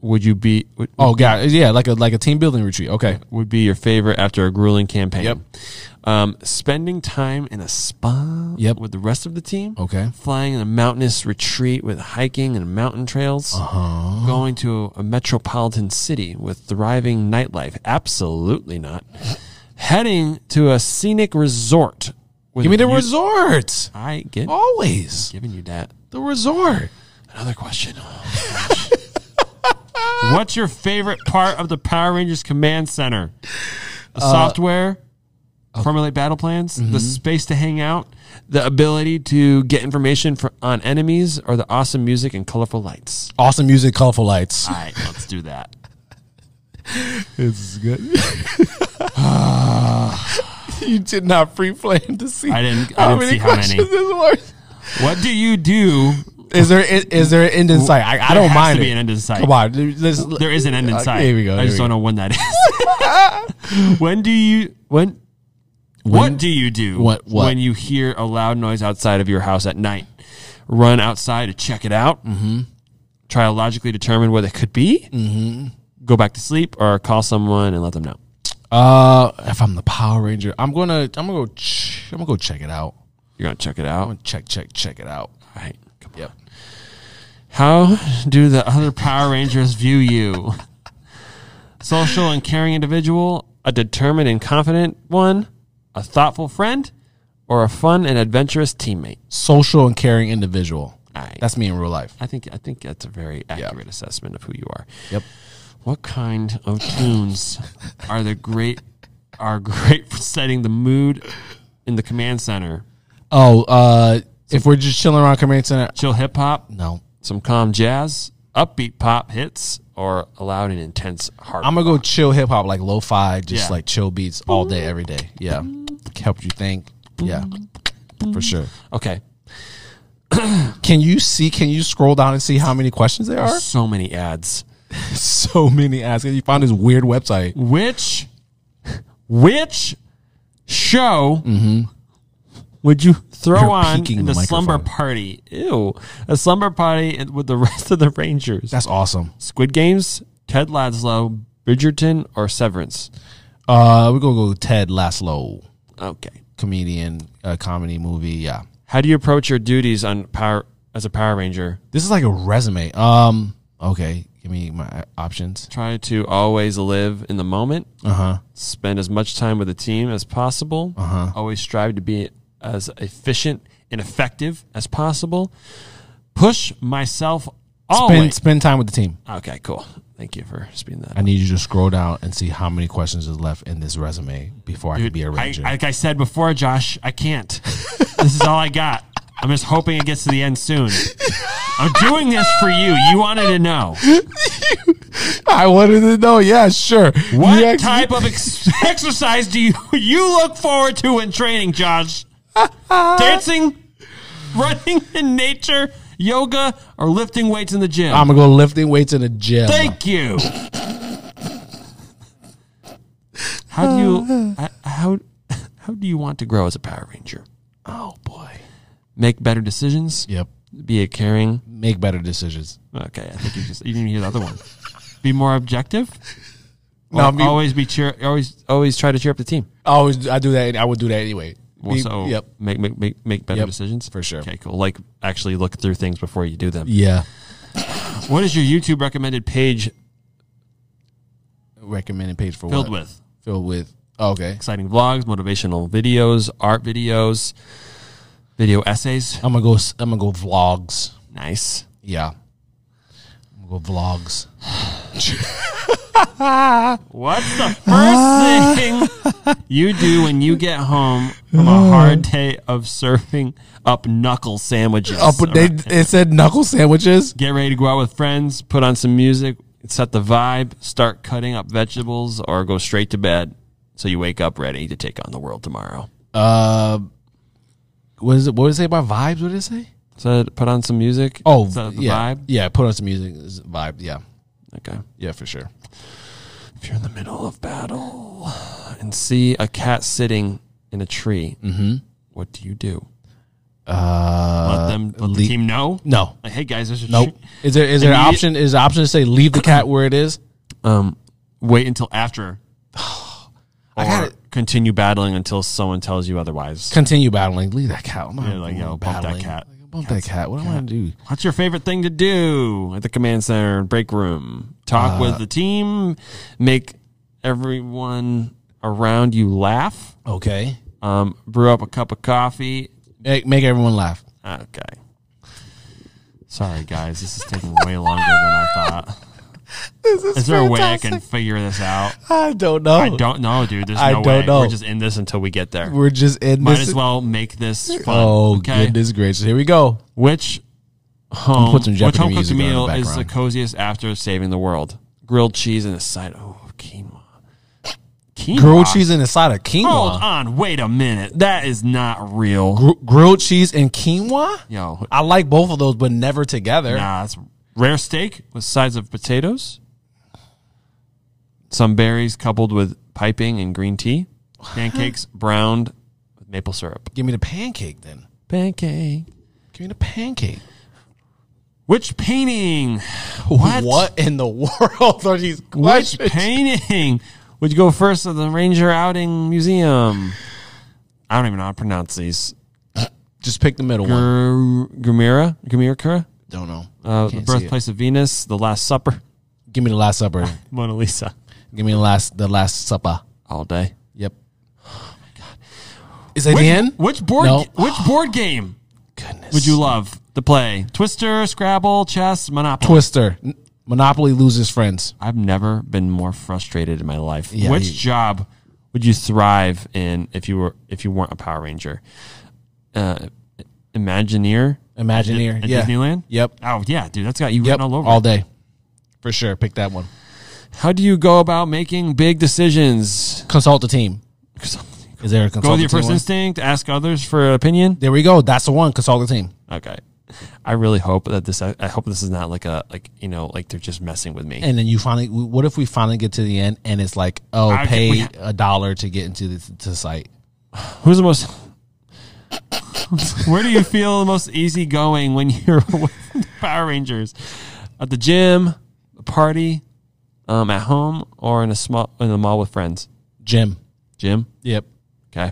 B: would you be? Would,
A: Oh god, yeah, like a like a team building retreat. Okay.
B: would be your favorite after a grueling campaign?
A: Yep.
B: Um, spending time in a spa.
A: Yep.
B: With the rest of the team.
A: Okay.
B: Flying in a mountainous retreat with hiking and mountain trails. Uh-huh. Going to a metropolitan city with thriving nightlife. Absolutely not. Heading to a scenic resort. With
A: Give me the Oh.
B: view-
A: resort.
B: I get
A: Always
B: giving you that.
A: the resort.
B: Another question. What's your favorite part of the Power Rangers Command Center? The software, formulate battle plans, the space to hang out, the ability to get information for, on enemies, or the awesome music and colorful lights.
A: Awesome music, colorful lights.
B: All right, let's do that.
A: This is good. you did not pre-plan to see.
B: I didn't- I didn't see how many.
A: questions this was.
B: What do you do
A: Is there is there an end in sight? I, I don't
B: has
A: mind
B: to
A: it.
B: be an end in sight.
A: Come on, dude, let's-
B: There is an end in
A: Uh,
B: sight.
A: here we go,
B: I
A: here
B: just
A: we
B: don't
A: go.
B: know when that is. when do you when, what do you do
A: What- what?
B: when you hear a loud noise outside of your house at night? Run outside to check it out. Mm-hmm. Try to logically determine what it could be. Mm-hmm. Go back to sleep or call someone and let them know.
A: Uh, if I'm the Power Ranger, I'm gonna I'm gonna go ch- I'm gonna go check it out.
B: You're gonna check it out.
A: I'm
B: All
A: gonna check check check it out.
B: right. Come on.
A: Yep.
B: How do the other Power Rangers view you? Social and caring individual, a determined and confident one, a thoughtful friend, or a fun and adventurous teammate?
A: Social and caring individual.
B: Aight.
A: That's me in real life.
B: I think I think that's a very accurate assessment of who you are.
A: Yep.
B: What kind of tunes are the great are great for setting the mood in the command center?
A: Oh, uh, if we're just chilling around command center,
B: Chill hip hop,
A: no,
B: some calm jazz, upbeat pop hits, or a loud and intense hard.
A: I'm gonna go chill hip hop like lo-fi, just
B: Yeah.
A: like chill beats all day, every day. Yeah, helped you think. Yeah, for sure.
B: okay.
A: Can you see? Can you scroll down and see how many questions there are?
B: So many ads.
A: so many asking. You found this weird website.
B: which which show would you throw
A: You're
B: on
A: peeking
B: in the,
A: the
B: slumber
A: microphone.
B: party? Ew, a slumber party with the rest of the Rangers.
A: That's awesome.
B: Squid Games, Ted Lasso, Bridgerton, or Severance?
A: Uh, we're gonna go Ted Laszlo,
B: Okay.
A: comedian, uh, comedy movie. Yeah,
B: How do you approach your duties on power as a Power Ranger?
A: this is like a resume. Um, okay, give me my options.
B: Try to always live in the moment.
A: Uh huh.
B: Spend as much time with the team as possible. Always strive to be as efficient and effective as possible. Push myself
A: Spend
B: always.
A: spend time with the team.
B: Okay, cool. Thank you for speeding that.
A: I
B: up.
A: need you to scroll down and see how many questions is left in this resume before I can be a
B: I,
A: ranger.
B: like I said before, Josh, I can't. this is all I got. I'm just hoping it gets to the end soon. I'm doing this for you. You wanted to know
A: I wanted to know. Yeah, sure.
B: what
A: You actually-
B: type of ex- exercise do you you look forward to in training, Josh? Dancing, running in nature, yoga, or lifting weights in the gym.
A: I'm gonna go lifting weights in the gym.
B: Thank you. How do you I- how how do you want to grow as a Power Ranger?
A: oh boy.
B: Make better decisions.
A: Yep.
B: Be a caring.
A: Make better decisions.
B: Okay, I think you just you didn't hear the other one. Be more objective.
A: No,
B: Or
A: be-
B: always be cheer. Always alys try to cheer up the team.
A: I always Oh, I do that. I would do that anyway.
B: Well,
A: Be-
B: so
A: yep.
B: make make make make better
A: Yep,
B: decisions
A: for sure.
B: Okay, cool. Like actually look through things before you do them.
A: Yeah.
B: What is your YouTube recommended page
A: Recommended page for
B: filled
A: what?
B: with?
A: Filled with. Oh, okay.
B: Exciting vlogs, motivational videos, art videos, video essays.
A: I'm gonna go. s- I'm gonna go vlogs.
B: Nice.
A: Yeah. I'm gonna go vlogs.
B: What's the
A: Ah.
B: first thing you do when you get home from
A: Ah.
B: a hard day of surfing up knuckle sandwiches?
A: Oh, but they
B: Alright.
A: it said knuckle sandwiches.
B: Get ready to go out with friends, put on some music, set the vibe, start cutting up vegetables, or go straight to bed so you wake up ready to take on the world tomorrow.
A: Uh, what is it? What did it say about vibes? What did it say?
B: So put on some music.
A: Oh,
B: set up the
A: yeah,
B: vibe.
A: yeah. Put on some music. It's a Vibe. Yeah,
B: Okay.
A: yeah, for sure.
B: If you're in the middle of battle and see a cat sitting in a tree, mm-hmm. what do you do?
A: Uh,
B: Let them let the
A: le-
B: team know.
A: no,
B: Like, hey guys, there's a
A: nope.
B: tree.
A: Is there is there an
B: Immediate-
A: option? Is there an option to say leave the cat where it is?
B: um, wait until after. Or
A: gotta-
B: continue battling until someone tells you otherwise.
A: Continue battling. Leave that cat. I'm not
B: Yeah, like, yo, bump that
A: battling.
B: cat.
A: Like, bump that cat. What am I gonna do?
B: What's your favorite thing to do at the command center and break room? Talk
A: Uh,
B: with the team, make everyone around you laugh,
A: Okay,
B: um, brew up a cup of coffee.
A: make, make everyone laugh.
B: Okay. Sorry, guys, this is taking way longer than I thought.
A: This
B: Is there a way I can figure this out?
A: I don't know.
B: I don't know, dude. There's no
A: I
B: way.
A: don't know.
B: We're just in this until we get there.
A: We're just in
B: Might
A: this.
B: as well make this fun.
A: Oh
B: okay?
A: goodness gracious! Here we go.
B: Which home,
A: put some
B: which
A: Jeopardy
B: home cooked
A: music on in the
B: meal is the
A: background.
B: coziest after saving the world? Grilled cheese and a side oh quinoa, quinoa.
A: grilled cheese and a side of quinoa.
B: Hold on, wait a minute. That is not real.
A: Gr- grilled cheese and quinoa.
B: Yo,
A: I like both of those, but never together.
B: nah, it's rare steak with sides of potatoes, some berries coupled with piping and green tea, pancakes browned with maple syrup.
A: Give me the pancake then.
B: Pancake.
A: Give me the pancake.
B: Which painting? What?
A: What in the world are these
B: Which
A: questions?
B: painting? Would you go first to the Ranger Outing Museum? I don't even know how to pronounce these.
A: Just pick the middle one.
B: Gur- Gumira? Gumira?
A: Don't know.
B: Uh,
A: Can't
B: the
A: see it.
B: birthplace of Venus, the Last Supper,
A: Give me the Last Supper.
B: Mona Lisa.
A: Give me the last the Last Supper.
B: All day.
A: Yep. Oh my god. Is that the end?
B: Which board?
A: No.
B: Which board game
A: Goodness.
B: would you love to play? Twister, Scrabble, chess, Monopoly.
A: Twister. N- Monopoly loses friends.
B: I've never been more frustrated in my life.
A: Yeah,
B: Which
A: you-
B: job would you thrive in if you were if you weren't a Power Ranger? Uh, Imagineer
A: Imagineer.
B: at
A: yeah.
B: Disneyland.
A: Yep.
B: Oh yeah, dude, that's got you
A: Yep.
B: written all over. it.
A: day. For sure. Pick that one.
B: How do you go about making big decisions?
A: Consult the team. Is there a consult
B: Go with
A: the team
B: your first
A: one?
B: instinct. Ask others for opinion.
A: There we go. That's the one. Consult the team.
B: Okay. I really hope that this. I I hope this is not like a like you know like they're just messing with me.
A: And then you finally, what if we finally get to the end and it's like, oh,
B: Okay,
A: pay
B: we ha-
A: a dollar to get into the to site.
B: Who's the most? Where do you feel the most easygoing when you're with the Power Rangers? At the gym, a party, um, at home, or in a small in the mall with friends?
A: Jim.
B: Gym.
A: Yep.
B: Okay.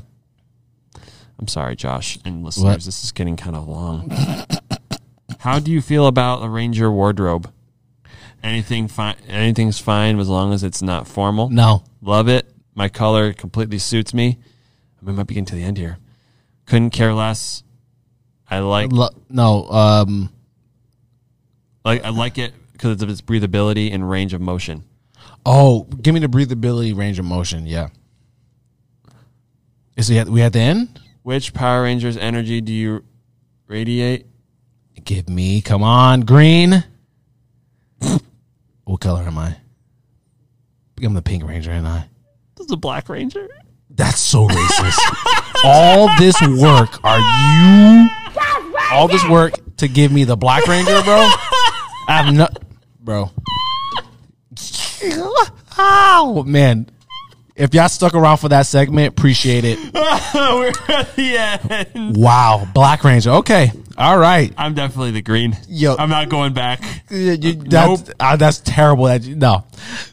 B: I'm sorry, Josh and listeners. This is getting kind of long. How do you feel about a Ranger wardrobe? Anything fine? Anything's fine as long as it's not formal.
A: No.
B: Love it. My color completely suits me. I mean, I might be getting to the end here. Couldn't care less. I like
A: Lo- no. Um.
B: like I like it because of its breathability and range of motion.
A: Oh, give me the breathability, range of motion. Yeah. Is we at we at the end?
B: Which Power Rangers energy do you radiate?
A: Give me. Come on, green. what color am I? I'm the pink ranger, and I.
B: This is a Black Ranger.
A: That's so racist. all this work, are you? All this work to give me the Black Ranger, bro? I have no, bro. Oh man, if y'all stuck around for that segment, appreciate it.
B: We're at the end.
A: Wow, Black Ranger. Okay, all right.
B: I'm definitely the green.
A: Yo.
B: I'm not going back.
A: You- you- That's,
B: Nope.
A: uh, that's terrible. That you, no.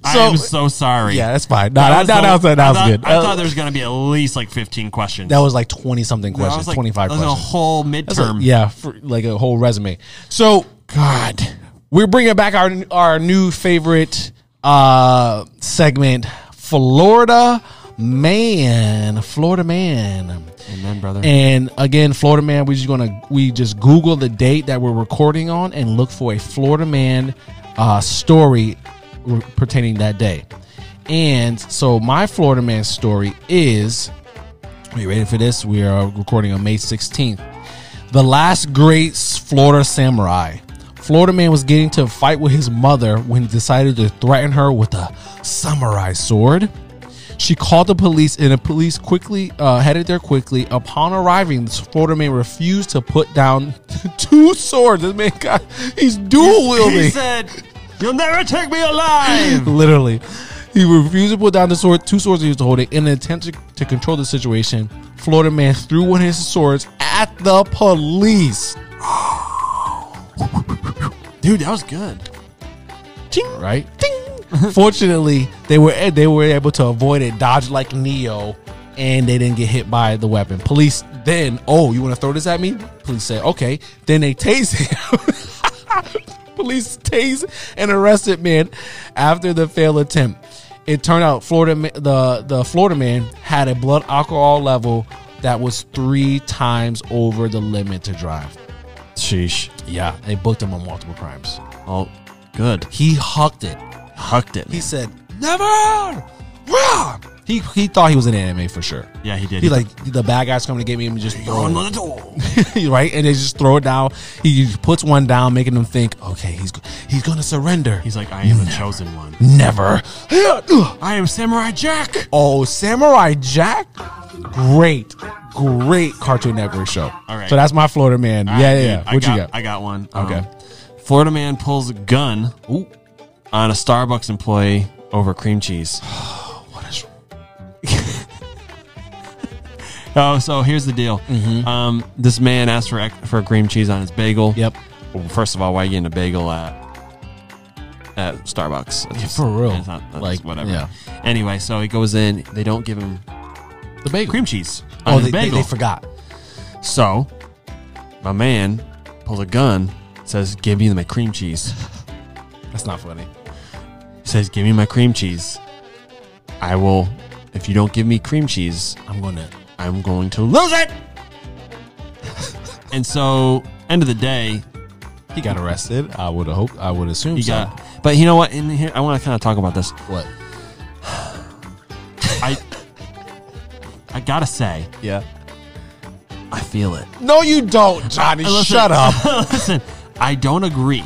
B: I
A: So
B: am so sorry.
A: yeah, that's fine. No, that,
B: was
A: that,
B: the-
A: that was, that
B: I
A: was
B: thought-
A: good. Uh,
B: I thought there was going to be at least like 15 questions.
A: that was like twenty something
B: That was
A: questions,
B: like- oh,
A: twenty five
B: that was
A: questions.
B: a whole midterm.
A: Yeah, for like a whole resume. So God, we're bringing back our our new favorite uh segment, Florida Man, Florida Man.
B: Amen, brother.
A: And again, Florida Man, we just gonna we just Google the date that we're recording on and look for a Florida Man uh, story re- pertaining that day. And so my Florida Man story is. Are you ready for this? We are recording on May 16th. The last great Florida samurai. Florida man was getting to a fight with his mother when he decided to threaten her with a samurai sword. She called the police, and the police quickly uh, headed there quickly. Upon arriving, the Florida man refused to put down two swords. This man got he's dual
B: He
A: wielding.
B: said, "You'll never take me alive."
A: Literally. He refused to put down the sword, two swords he was holding, in an attempt to, to control the situation. Florida man threw one of his swords at the police.
B: Dude, that was good.
A: Right? Fortunately, they were they were able to avoid it, dodge like Neo, and they didn't get hit by the weapon. Police then, oh, you want to throw this at me? Police said, okay. Then they tased him. Police tased and arrested man after the failed attempt. It turned out Florida ma- the the Florida man had a blood alcohol level that was three times over the limit to drive.
B: Sheesh.
A: Yeah, they booked him on multiple crimes.
B: Oh, good.
A: He hucked it.
B: Hucked it.
A: He said, "Never." Rah! He he thought he was in anime for sure.
B: Yeah, he did.
A: He like the bad guys coming to get me and just
B: Oh,
A: throw
B: another
A: it.
B: door.
A: right, and they just throw it down. He puts one down, making them think, okay, he's he's gonna surrender.
B: He's like, I am the chosen one.
A: Never.
B: I am Samurai Jack.
A: Oh, Samurai Jack, great, great Cartoon Network show.
B: All right.
A: So that's my Florida man. yeah, yeah.
B: dude,
A: yeah.
B: I
A: What you
B: got,
A: got?
B: I got one.
A: Okay.
B: Um, Florida man pulls a gun
A: Ooh,
B: on a Starbucks employee over cream cheese.
A: what is-
B: Oh, so here's the deal.
A: Mm-hmm.
B: Um, this man asked for ex- for cream cheese on his bagel.
A: Yep.
B: Well, first of all, why are you getting a bagel at at Starbucks? It's just-
A: for real.
B: it's not- that's
A: Like,
B: whatever.
A: yeah.
B: Anyway, so he goes in. They don't give him
A: The bagel.
B: cream cheese on
A: oh,
B: his
A: they, they,
B: bagel.
A: they forgot.
B: So, my man pulls a gun, says, Give me my cream cheese.
A: That's not funny.
B: Says, Give me my cream cheese. I will, if you don't give me cream cheese,
A: I'm gonna.
B: I'm going to lose it. and so, end of the day,
A: He got arrested. I would hope. I would assume
B: he
A: so.
B: got, but you know what? In here, I want to kind of talk about this.
A: what?
B: I, I gotta say,
A: Yeah.
B: I feel it.
A: No, you don't, Johnny.
B: Listen.
A: Shut up.
B: Listen, I don't agree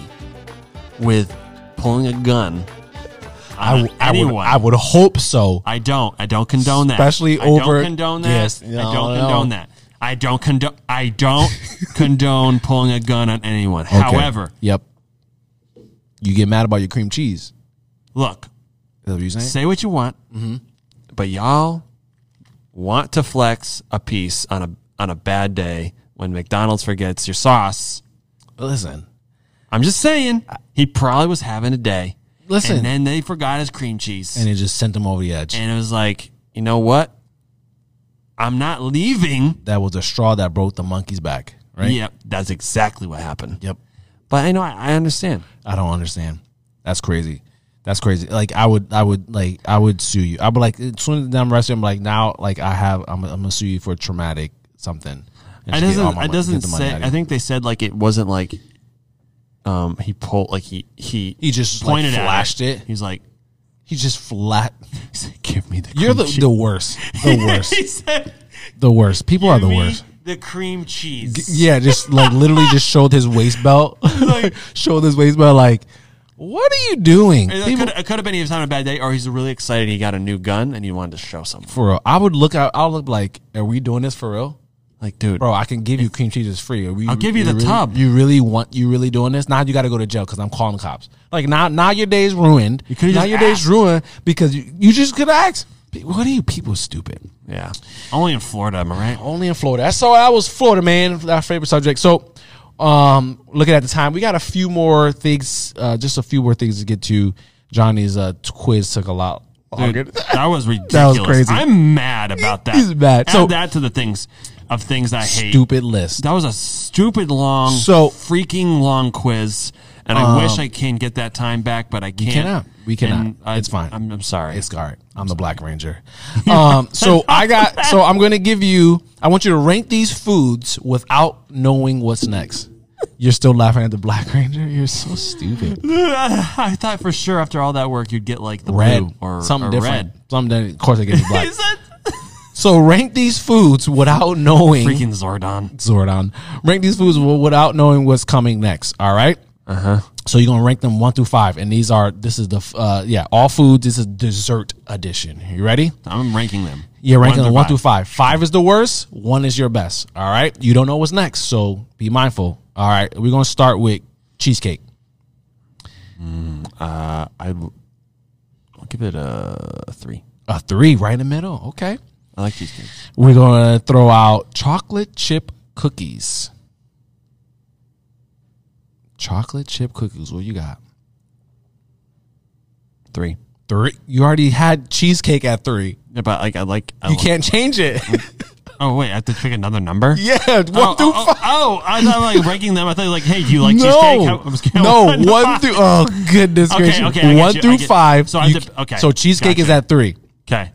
B: with pulling a gun.
A: I,
B: on
A: w- I would.
B: anyone.
A: I would hope so.
B: I don't. I don't condone that.
A: Especially
B: I
A: over-
B: Don't condone that.
A: Yes.
B: I
A: No,
B: don't
A: no.
B: condone that. I don't condone. I don't condone pulling a gun on anyone.
A: Okay.
B: However,
A: Yep. You get mad about your cream cheese.
B: look,
A: Is that what you're saying?
B: say what you want, but y'all want to flex a piece on a on a bad day when McDonald's forgets your sauce.
A: Listen.
B: I'm just saying, he probably was having a day.
A: Listen.
B: and then they forgot his cream cheese,
A: And it just sent them over the edge.
B: and it was like, you know what? I'm not leaving.
A: that was the straw that broke the monkey's back. Right.
B: Yep, that's exactly what happened.
A: Yep.
B: But I know I, I understand.
A: I don't understand. That's crazy. That's crazy. Like I would, I would like, I would sue you. I'd be like, as soon as I'm arrested, I'm like, now, like I have, I'm, I'm gonna sue you for traumatic something. And
B: It
A: just get all
B: doesn't.
A: my
B: It
A: money-
B: doesn't
A: get the money
B: say.
A: out of
B: I
A: you.
B: think they said like it wasn't like. Um, he pulled like he he
A: He just, like,
B: at
A: flashed it.
B: He's like,
A: he just flat.
B: he's like, give me the.
A: You're the,
B: cream
A: the worst. The
B: cheese."
A: worst.
B: he said,
A: the worst. People are the
B: "Give me
A: worst.
B: The cream cheese.
A: Yeah, just like literally just showed his waist belt.
B: Like-
A: showed his waist belt. Like, what are you doing?
B: It
A: People,
B: could, it could have been he was having a bad day, or he's really excited. He got a new gun and he wanted to show something.
A: for real, I would look out. I'll look like, are we doing this for real?
B: Like, dude,
A: bro, I can give you cream cheese is free. Are we, I'll
B: give you the
A: really,
B: tub.
A: You really want? You really doing this? Now you got to go to jail because I'm calling the cops. Like now, now your day's ruined.
B: You could've
A: now
B: just
A: your
B: asked.
A: day's ruined because you, you just could ask. Pe- What are you people stupid?
B: yeah, only in Florida, am I right?
A: Only in Florida. That's all. That was Florida, man. Our favorite subject. So, um, looking at the time, we got a few more things. Uh, just a few more things to get to. Johnny's uh, quiz took a lot longer.
B: Dude, that was ridiculous.
A: crazy.
B: I'm mad about that.
A: He's mad.
B: Add
A: So-
B: that to the things of things I hate.
A: Stupid list.
B: That was a stupid long,
A: So- Um,
B: freaking long quiz, and I wish I can get that time back, but I can't.
A: cannot. We cannot.
B: And I-
A: It's fine.
B: I'm, I'm sorry.
A: It's all right. I'm the Black Ranger. Um, so I got. So I'm going to give you. I want you to rank these foods without knowing what's next. You're still laughing at the Black Ranger. You're so stupid.
B: I thought for sure after all that work you'd get like the
A: Red
B: blue or
A: something
B: or
A: different.
B: Red.
A: Something. different. Of course, I get you black.
B: Is that
A: so rank these foods without knowing.
B: freaking Zordon?
A: Zordon. Rank these foods w- without knowing what's coming next. All right. Uh
B: Uh-huh.
A: huh. So you're gonna rank them one through five, and these are this is the f- uh yeah all foods. This is dessert edition. You ready?
B: I'm ranking them.
A: You're ranking them
B: One through
A: one
B: five.
A: through five. Five is the worst. One is your best. All right. You don't know what's next, so be mindful. All right. We're gonna start with cheesecake.
B: Uh, I, I'll give it a three.
A: A three, right in the middle. Okay.
B: I like cheesecake.
A: We're gonna throw out chocolate chip cookies. Chocolate chip cookies. What you got?
B: Three.
A: Three. You already had cheesecake at three.
B: Yeah, but like I like. I
A: You
B: like-
A: can't change it.
B: Oh wait, I have to pick another number.
A: yeah. One
B: Oh,
A: through
B: oh,
A: five.
B: oh, I thought like ranking them. I thought like, hey, do you like cheesecake? How-
A: No,
B: I'm just kidding.
A: no,
B: One
A: one
B: to five.
A: through oh goodness
B: Okay,
A: gracious,
B: okay, I get
A: one
B: you, I
A: through
B: get-
A: five.
B: so I have to- okay,
A: so cheesecake is
B: gotcha.
A: at three.
B: Okay.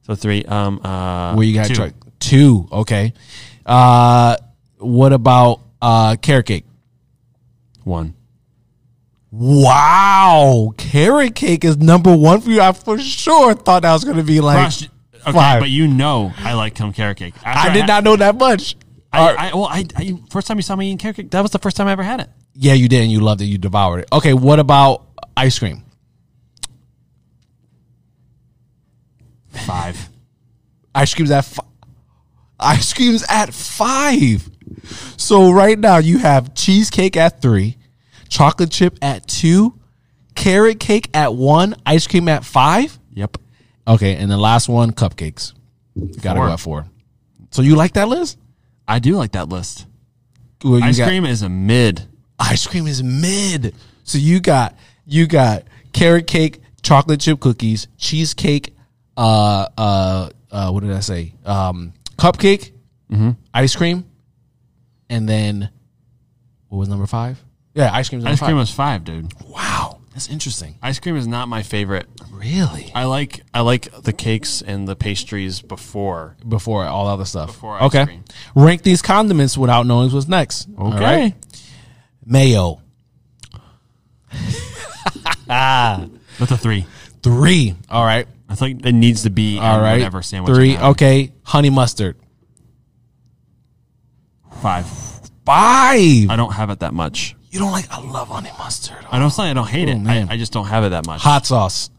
B: So three. Um. Uh,
A: Where you got
B: two.
A: two. two? Okay, uh, what about uh, carrot cake?
B: One.
A: Wow, carrot cake is number one for you. I for sure thought that was going to be like
B: Crushed. okay,
A: Five.
B: but you know I like cum carrot cake. After
A: I did
B: had-
A: not know that much. All right.
B: I, I well, I, I first time you saw me eating carrot cake, that was the first time I ever had it.
A: yeah, you did, and you loved it. You devoured it. Okay, what about ice cream?
B: Five.
A: Ice cream's at fi- ice cream's at five. So right now you have cheesecake at three, chocolate chip at two, carrot cake at one, ice cream at five.
B: yep.
A: Okay, and the last one, cupcakes. You gotta
B: Four.
A: go at four. So you like that list?
B: I do like that list.
A: Well, you
B: Ice
A: got-
B: cream is a mid.
A: Ice cream is mid. So you got you got carrot cake, chocolate chip cookies, cheesecake. Uh, uh, uh, what did I say? Um, cupcake, ice cream, and then what was number five? Yeah, ice cream's number
B: Ice
A: five.
B: cream was five, dude.
A: wow, that's interesting.
B: Ice cream is not my favorite.
A: Really?
B: I like I like the cakes and the pastries before.
A: Before all other stuff.
B: Before ice
A: okay.
B: cream.
A: Rank these condiments without knowing what's next. All right? Mayo.
B: That's a three.
A: Three. All right.
B: I think it needs to be
A: All
B: on
A: right.
B: whatever sandwich.
A: Three.
B: you have.
A: Okay. Honey mustard. Oh.
B: Five.
A: Five.
B: I don't have it that much.
A: You don't like? I love honey mustard.
B: I don't say I don't hate it.
A: Oh, man.
B: I, I just don't have it that much.
A: Hot sauce.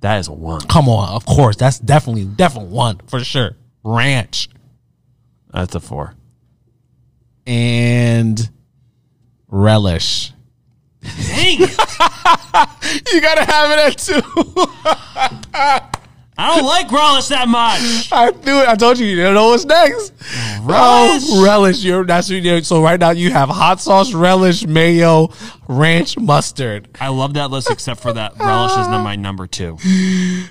B: That is a one.
A: Come on. Of course. That's definitely definitely one for sure. Ranch
B: That's a four.
A: and relish.
B: Dang it.
A: You gotta have it at two.
B: I don't like relish that much.
A: I knew it. I told you. You don't know what's next.
B: Relish?
A: Oh, relish. You're that's what you're, so. Right now you have hot sauce, relish, mayo, ranch, mustard.
B: I love that list except for that relish is not my number two.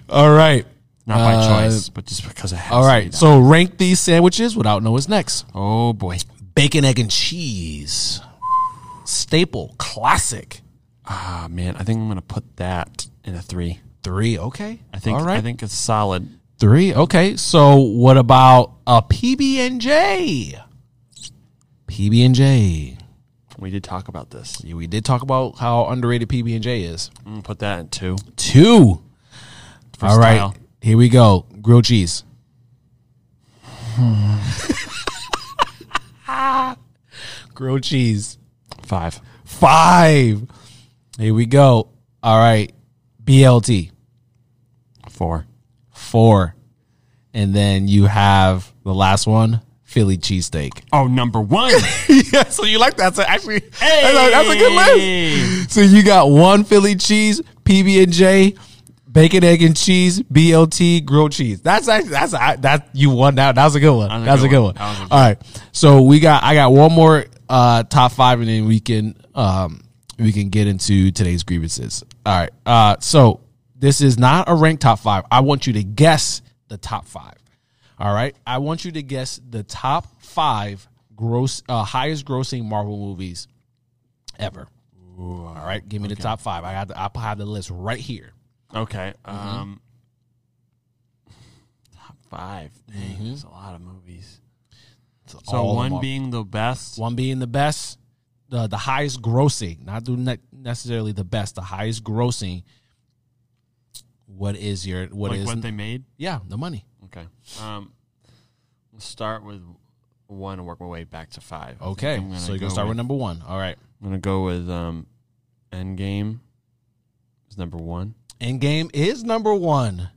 A: All right.
B: Not by
A: Uh,
B: choice, but just because I have
A: All right. So rank these sandwiches without knowing what's next.
B: Oh boy.
A: bacon, egg, and cheese. Staple, classic.
B: Ah man, I think I'm gonna put that in a three.
A: Three, okay.
B: I think
A: all right.
B: I think it's solid.
A: Three, okay. So what about a PB and J? PB and J.
B: We did talk about this.
A: We did talk about how underrated PB and J is.
B: I'm gonna put that in two.
A: Two.
B: For
A: all right.
B: style.
A: Here we go. Grilled cheese.
B: Hmm.
A: Grilled cheese.
B: Five.
A: Five. Here we go. All right. BLT.
B: Four.
A: four, and then you have the last one, Philly cheesesteak.
B: Oh, number one.
A: yeah, so you like that? So actually,
B: Hey!
A: So you got one Philly cheese, PB and J, bacon, egg, and cheese, BLT, grilled cheese. That's actually, that's I- that you won that. That was a good one. That was a good one.
B: That was a good
A: All right, so we got I got one more uh, top five, and then we can um, we can get into today's grievances. All right, uh, so this is not a ranked top five. I want you to guess the top five. All right, I want you to guess the top five gross uh, highest grossing Marvel movies ever. All right, give me the top five. I got the, I have the list right here.
B: Okay.
A: Mm-hmm.
B: Um, top five. Dang, there's a lot of movies. So
A: Mm-hmm. all of
B: one
A: them.
B: being the best.
A: One being the best, the the highest grossing, not the ne- necessarily the best, the highest grossing. What is your what
B: like
A: is
B: what they made.
A: yeah the money?
B: Okay. Um, let's start with one and work my way back to five. I think
A: Okay,
B: I'm gonna
A: so you're
B: go
A: gonna start with
B: with.
A: number one. All right,
B: I'm gonna go with um, Endgame. Is number one.
A: Endgame is number one,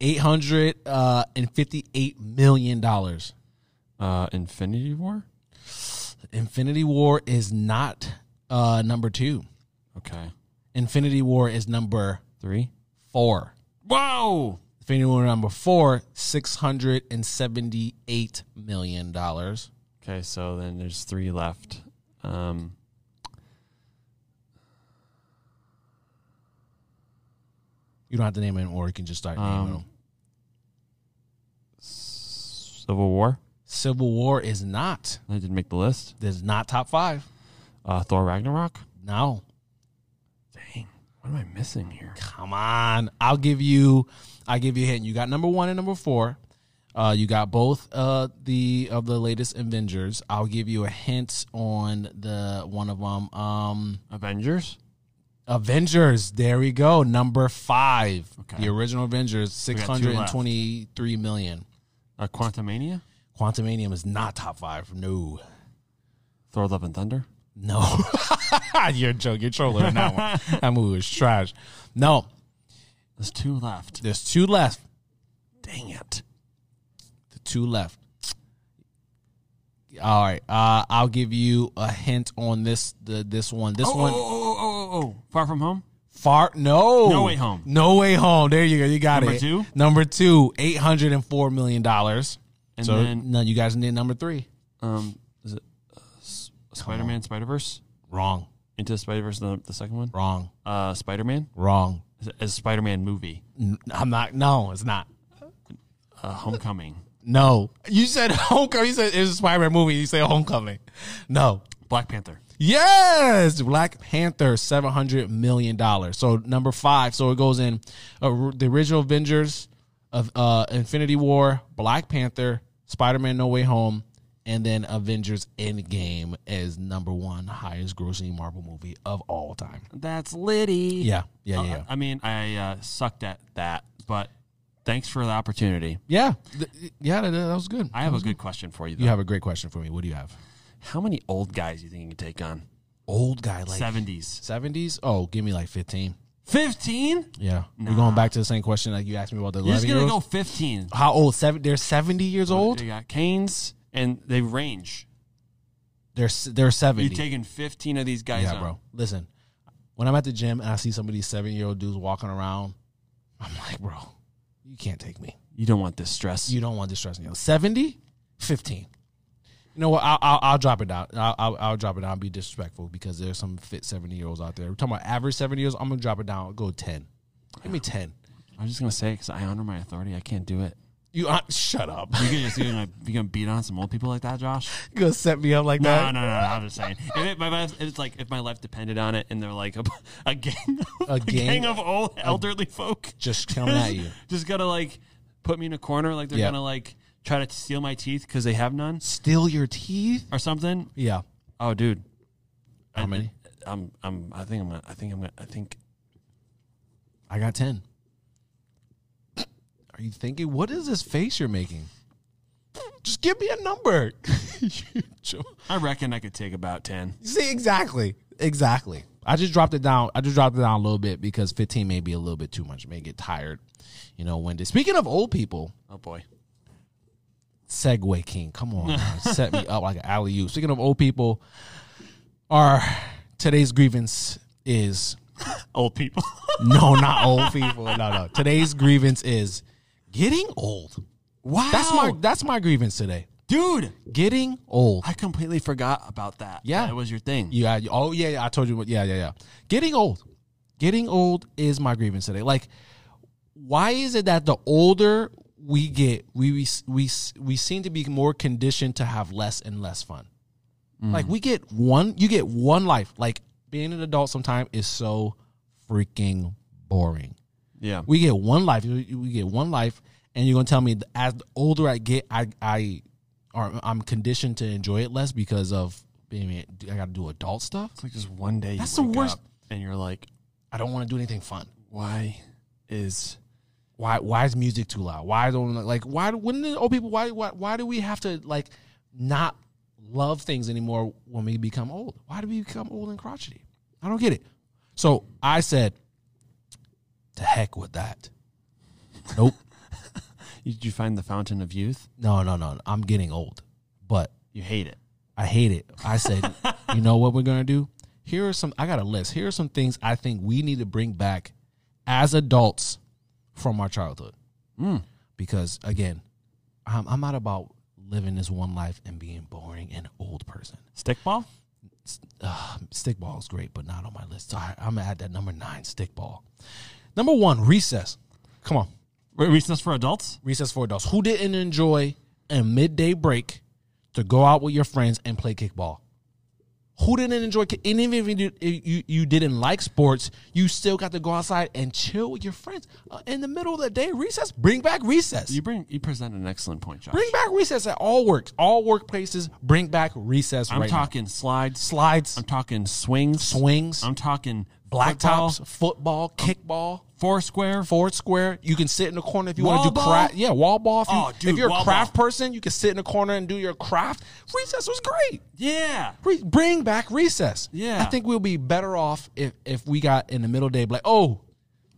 A: eight hundred uh, and fifty-eight million dollars.
B: Uh, Infinity War.
A: Infinity War is not uh, number two.
B: Okay.
A: Infinity War is number
B: Three.
A: four.
B: Whoa.
A: Infinity War number four, six hundred and seventy-eight million dollars.
B: Okay, so then there's three left. Um,
A: You don't have to name it in order. You can just start naming
B: Um,
A: them.
B: Civil War.
A: Civil War is not.
B: I didn't make the list.
A: This is not top five.
B: Uh, Thor Ragnarok.
A: No.
B: Dang, what am I missing here?
A: Come on. I'll give you I'll give you a hint. You got number one and number four. Uh, you got both uh, the of the latest Avengers. I'll give you a hint on the one of them. Um,
B: Avengers.
A: Avengers. There we go. Number five.
B: Okay.
A: The original Avengers, six
B: got two
A: hundred and
B: left.
A: twenty-three million.
B: Uh, Quantumania,
A: Quantumanium is not top five. No.
B: Thor: Love and Thunder.
A: No. you're joking. You're trolling on that one. That movie was trash. No.
B: There's two left.
A: There's two left.
B: Dang it!
A: The two left. All right. Uh, I'll give you a hint on this the, this one. This
B: Oh,
A: one.
B: oh, oh, oh, oh, oh. Far from home.
A: Far no.
B: No Way Home.
A: No way home. There you go. You got
B: Number
A: it.
B: two?
A: Number two. Eight hundred and four million dollars.
B: And
A: so
B: then-
A: no, you guys need number three.
B: Um, is it uh, Spider Man, Spider Verse,
A: Wrong.
B: Into Spider Verse, the, the second one?
A: Wrong.
B: Uh, Spider Man,
A: Wrong.
B: a Spider Man movie,
A: N- I'm not. No, it's not.
B: uh, Homecoming,
A: No. You said homecoming. You said it's a Spider-Man movie. You say homecoming. No.
B: Black Panther.
A: Yes, Black Panther, seven hundred million dollars. So number five. So it goes in uh, the original Avengers of uh, Infinity War, Black Panther, Spider Man: No Way Home, and then Avengers: Endgame is number one highest grossing Marvel movie of all time.
B: That's Liddy.
A: Yeah, Uh-huh. yeah, yeah,
B: Uh, I mean, I uh, sucked at that, but thanks for the opportunity.
A: yeah. Th- yeah, that, that was good.
B: I have a good question for you, though.
A: you have a great question for me. What do you have?
B: How many old guys do you think you can take on?
A: Old guy like
B: 70s.
A: seventies? Oh, give me like fifteen.
B: 15?
A: Yeah, we're going back to the same question like you asked me about the
B: You're just
A: eleven year
B: going to go
A: olds.
B: 15.
A: How old? Seven? They're seventy years old.
B: You got Canes, and they range.
A: They're s- they're
B: You're
A: seventy.
B: taking 15 of these guys
A: yeah,
B: on.
A: bro. Listen, when I'm at the gym and I see some of these seven year old dudes walking around, I'm like, bro, you can't take me.
B: You don't want this stress.
A: You don't want this stressing you. 70, 15. You know what? I'll, I'll, I'll drop it down. I'll, I'll, I'll drop it down. Be disrespectful because there's some fit seventy year olds out there. We're talking about average seventy years. I'm gonna drop it down. Go ten. Give me ten.
B: I'm just gonna say because I honor my authority. I can't do it.
A: You uh, shut up.
B: You gonna just, you gonna you gonna beat on some old people like that, Josh?
A: You gonna set me up like
B: No,
A: that
B: no, no. no I'm just saying. If it, my life, if it's like if my life depended on it, and they're like a, a gang, of,
A: A
B: a,
A: gang-
B: gang, of old elderly folk,
A: just coming at you.
B: just gotta like put me in a corner, like they're
A: Yeah.
B: gonna like try to steal my teeth because they have none
A: Steal your teeth?
B: or something.
A: Yeah.
B: Oh, dude,
A: How many?
B: I'm I'm I think I'm gonna, I think I'm gonna, I think
A: I got 10. Are you thinking, what is this face you're making? Just give me a number. You jo-
B: I reckon I could take about ten.
A: See, exactly. Exactly. I just dropped it down. I just dropped it down a little bit because 15 may be a little bit too much. May get tired, you know, Wendy. Speaking of old people,
B: Oh boy,
A: Segway King, come on. man. Set me up like an alley oop. Speaking of old people, our today's grievance is
B: old people.
A: no, not old people. No, no. Today's grievance is getting old.
B: wow,
A: That's my that's my grievance today.
B: dude.
A: Getting old.
B: I completely forgot about that.
A: Yeah.
B: That was your thing.
A: Yeah. you- Oh yeah. yeah, I told you. what- Yeah. Yeah. Yeah. Getting old. Getting old is my grievance today. Like, why is it that the older we get, we we we, we seem to be more conditioned to have less and less fun? Like we get one, you get one life. Like being an adult sometime is so freaking boring.
B: yeah.
A: We get one life. We we get one life, and you're gonna tell me th- as the older I get, I I are I'm conditioned to enjoy it less because of being I got to do adult stuff.
B: it's like just one day.
A: That's
B: That's
A: the
B: the worst.
A: worst.
B: and you're like,
A: I don't want to do anything fun.
B: why is
A: Why why is music too loud? Why don't like why do- when the old people why why why do we have to like not love things anymore when we become old? Why do we become old and crotchety? I don't get it. So I said, to heck with that. Nope.
B: did you find the fountain of youth?
A: no no no. I'm getting old, but
B: You hate it.
A: I hate it. I said, you know what we're gonna do? Here are some. I got a list. Here are some things I think we need to bring back as adults from our childhood. Because again, I'm, I'm not about living this one life and being boring and old person.
B: Stickball?
A: Uh, stickball is great, but not on my list. So I, I'm gonna add that number nine. Stickball. Number one, recess. Come on,
B: Re- Recess for adults?
A: recess for adults. Who didn't enjoy a midday break to go out with your friends and play kickball? Who didn't enjoy? ki- And even if you, did- if you you didn't like sports, you still got to go outside and chill with your friends Uh, in the middle of the day. Recess, bring back recess.
B: You bring you present an excellent point, Josh.
A: bring back recess at all works, all workplaces. Bring back recess.
B: I'm
A: right now.
B: talking slides.
A: slides,
B: I'm talking swings.
A: swings.
B: I'm talking
A: blacktops, football, kickball,
B: Foursquare.
A: Ford Square. You can sit in the corner if you want
B: Wall
A: to do
B: ball?
A: craft. Yeah, wall ball. If, you,
B: Oh, dude,
A: if you're a
B: wall
A: craft person, you can sit in the corner and do your craft. Recess was great.
B: Yeah.
A: Re- bring back recess.
B: Yeah.
A: I think we'll be better off if if we got in the middle day, be like, oh,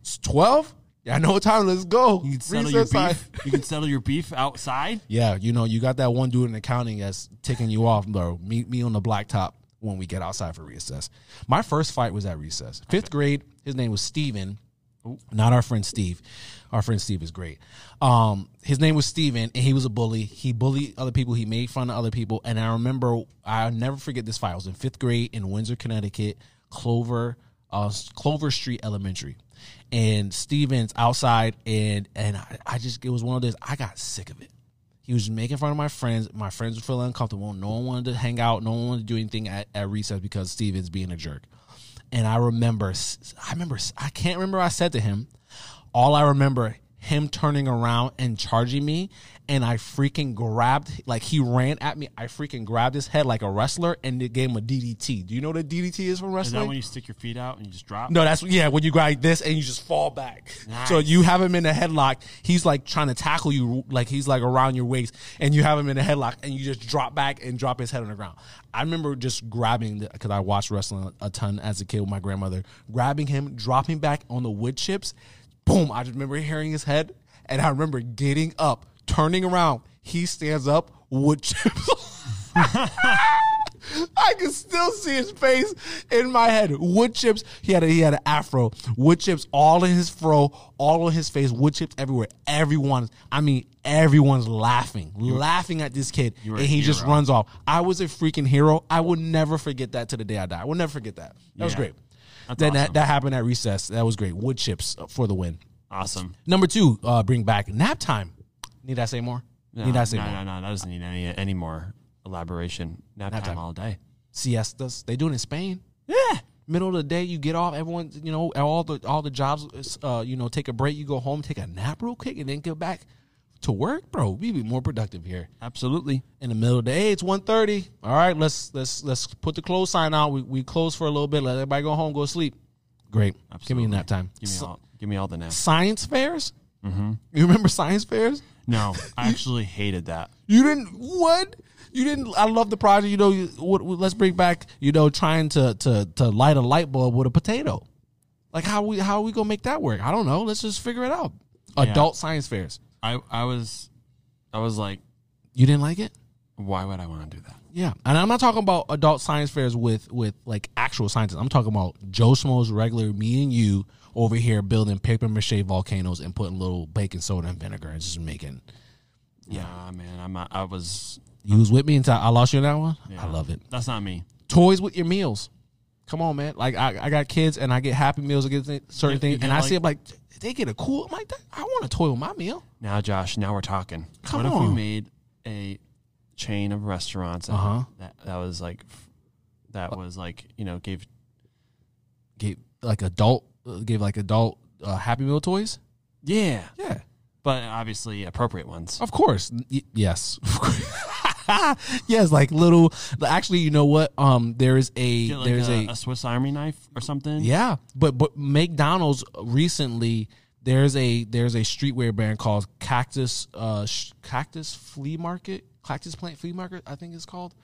A: it's twelve. Yeah, I know what time. Let's go.
B: You can settle your
A: time.
B: beef. you can settle your beef outside.
A: Yeah, you know, you got that one dude in accounting that's ticking you off, bro. Meet me on the blacktop when we get outside for recess. My first fight was at recess. Fifth grade, his name was Steven. Not our friend Steve. Our friend Steve is great. Um, his name was Steven, and he was a bully. He bullied other people. He made fun of other people. And I remember, I'll never forget this fight. I was in fifth grade in Windsor, Connecticut, Clover, uh, Clover Street Elementary. And Steven's outside, and and I, I just, it was one of those, I got sick of it. He was making fun of my friends. My friends were feeling uncomfortable. No one wanted to hang out. No one wanted to do anything at, at recess because Steven's being a jerk. And I remember, I remember, I can't remember. I said to him, all I remember him turning around and charging me, and I freaking grabbed, like he ran at me. I freaking grabbed his head like a wrestler and it gave him a DDT. Do you know what a DDT is from
B: Is
A: wrestling?
B: that when you stick your feet out and you just drop?
A: No, that's yeah. When you go like this and you just fall back,
B: Nice.
A: so you have him in a headlock. He's like trying to tackle you, like he's like around your waist, and you have him in a headlock, and you just drop back and drop his head on the ground. I remember just grabbing because I watched wrestling a ton as a kid with my grandmother, grabbing him, dropping back on the wood chips. Boom! I just remember hearing his head, and I remember getting up, turning around. He stands up, wood chips. I can still see his face in my head. Wood chips. He had a, he had an afro. Wood chips all in his fro, all on his face. Wood chips everywhere. Everyone's. I mean, everyone's laughing, laughing at this kid,
B: were
A: and
B: a
A: he just
B: hero.
A: runs off. I was a freaking hero. I will never forget that to the day I die. I will never forget that. That was
B: Yeah.
A: great.
B: That's
A: then that,
B: awesome.
A: that happened at recess. That was great. Wood chips for the win.
B: Awesome.
A: Number two, uh, bring back nap time. Need I say more?
B: No,
A: Need
B: no,
A: I say more?
B: no, no, That doesn't need any any more elaboration. Nap, time,
A: time.
B: all day.
A: Siestas. They do it in Spain.
B: Yeah.
A: middle of the day you get off everyone you know all the all the jobs uh you know take a break you go home take a nap real quick and then get back to work bro we be more productive here
B: Absolutely.
A: in the middle of the day it's 1.30 all right let's let's let's put the close sign out we, we close for a little bit let everybody go home go sleep great
B: Absolutely.
A: give me nap time
B: Give me
A: S-
B: all. Give me all the nap.
A: science fairs you remember science fairs
B: No, I actually hated that.
A: You didn't what? You didn't. I love the project. You know, you, what, what- let's bring back. You know, trying to to to light a light bulb with a potato. Like how we how we gonna make that work? I don't know. Let's just figure it out. Adult science fairs.
B: I I was, I was like,
A: You didn't like it?
B: why would I want to do that?
A: Yeah, and I'm not talking about adult science fairs with with like actual scientists. I'm talking about Joe Smo's regular me and you over here building paper mache volcanoes and putting little baking soda and vinegar and just making.
B: Yeah, man. I'm. not- I was.
A: You was with me until I lost you on that one. I love it.
B: That's not me.
A: toys with your meals. Come on, man. Like I, I got kids and I get happy meals and get thi- certain
B: You- you
A: things,
B: get
A: and I
B: like-
A: see them like they get a cool. I'm like, that, I want a toy with my meal.
B: Now, Josh. Now we're talking.
A: Come
B: what if
A: on.
B: we made a chain of restaurants that,
A: Uh-huh.
B: that that was like, f- that was like you know gave
A: Give like adult, uh, give like adult uh, happy meal toys.
B: yeah,
A: Yeah, Oh,
B: but obviously appropriate ones.
A: of course. N- y- yes, yes. Like little. Actually, you know what? Um, there is a
B: Get like
A: there's
B: a, a Swiss Army knife or something.
A: Yeah, but but McDonald's recently there's a there's a streetwear brand called Cactus uh sh- Cactus Flea Market, Cactus Plant Flea Market, I think it's called,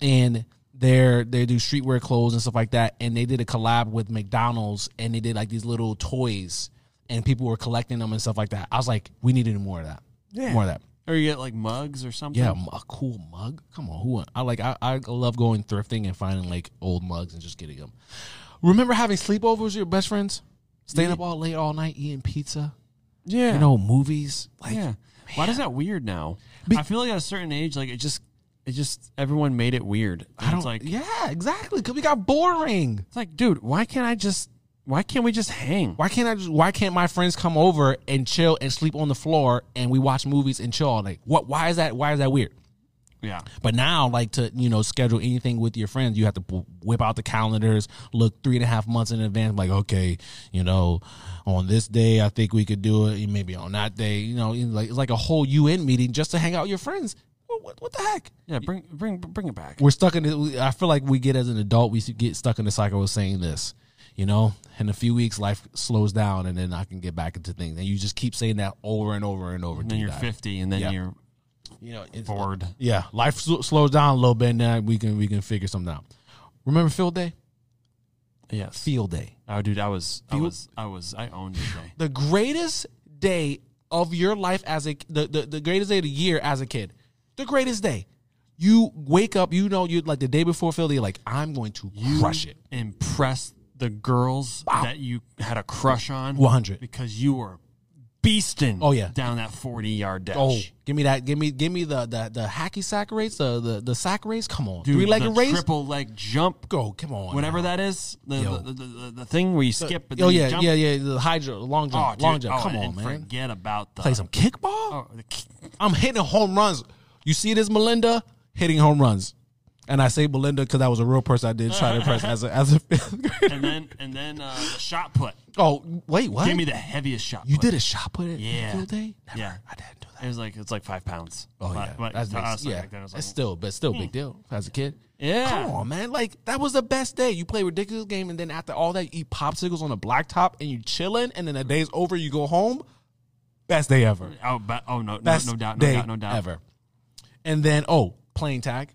A: and they're they do streetwear clothes and stuff like that, and they did a collab with McDonald's, and they did like these little toys, and people were collecting them and stuff like that. I was like, we needed more of that,
B: Yeah.
A: more of that.
B: Or you get like mugs or something.
A: Yeah, m- a cool mug. Come on, who? want- I like. I, I love going thrifting and finding like old mugs and just getting them. Remember having sleepovers with your best friends, staying up all late all night eating pizza.
B: Yeah.
A: You know, movies. Like,
B: yeah. Why does that weird now?
A: Be-
B: I feel like at a certain age, like it just, it just everyone made it weird. And
A: I don't.
B: it's like,
A: yeah, exactly. Because we got boring.
B: it's like, dude, why can't I just, why can't we just hang?
A: Why can't I just? Why can't my friends come over and chill and sleep on the floor and we watch movies and chill all night? What? Why is that? Why is that weird?
B: Yeah.
A: But now, like to you know, schedule anything with your friends, you have to p- whip out the calendars, look three and a half months in advance. Like, okay, you know, on this day, I think we could do it. Maybe on that day, you know, it's like it's like a whole UN meeting just to hang out with your friends. What, what, what the heck?
B: Yeah. Bring, bring, bring it back.
A: We're stuck in. The, I feel like we get as an adult, we get stuck in the cycle of saying this. you know, in a few weeks, life slows down, and then I can get back into things. And you just keep saying that over and over and over.
B: And then you're 50, and then
A: Yeah.
B: you're
A: you know, it's,
B: bored.
A: yeah, life sl- slows down a little bit. Now we can we can figure something out. Remember field day?
B: Yes.
A: Field day,
B: Oh, dude, I was, I
A: Feel-
B: was, I was, I owned it. though.
A: the greatest day of your life as a the, the, the greatest day of the year as a kid, the greatest day. You wake up, you know, you like the day before field day, you're like I'm going to crush it.
B: Impress the girls that you had a crush on.
A: 100.
B: Because you were beasting.
A: Oh, yeah.
B: Down that 40 yard dash.
A: Oh, give me that! Give me, give me the the, the hacky sack race, the the, the sack race. Come on,
B: Dude,
A: three legged
B: the
A: race.
B: Triple leg jump.
A: Go, come on,
B: Whatever that is.
A: Yo.
B: The, the, the, the, the thing where you skip. but
A: Oh
B: then you
A: yeah,
B: jump.
A: yeah, yeah. The hydro, long jump,
B: Oh, dude.
A: long jump.
B: Oh,
A: come on,
B: and
A: man.
B: Forget about the.
A: Play some kickball.
B: Oh, the-
A: I'm hitting home runs. You see this, Melinda hitting home runs, and I say Melinda because I was a real person. I did try to impress as a as a fifth grader.
B: and then and then uh, the shot put.
A: Oh wait, what?
B: Give me the heaviest shot.
A: you
B: put.
A: did a shot put it?
B: Yeah.
A: Field day? Never.
B: Yeah.
A: I didn't do that.
B: It was like it's like five pounds.
A: Oh
B: But-
A: yeah,
B: but
A: that's
B: to
A: big,
B: us, like,
A: yeah.
B: back then, it was
A: that's
B: like, hmm.
A: still, but still, big deal as a kid.
B: Yeah.
A: come on, man. Like that was the best day. You play ridiculous game, and then after all that, you eat popsicles on the blacktop, and you chilling, and then the day's over. You go home. Best day ever.
B: Oh, but, oh no, no,
A: Best
B: no doubt, no
A: day
B: doubt, no doubt.
A: ever. And then oh, playing tag.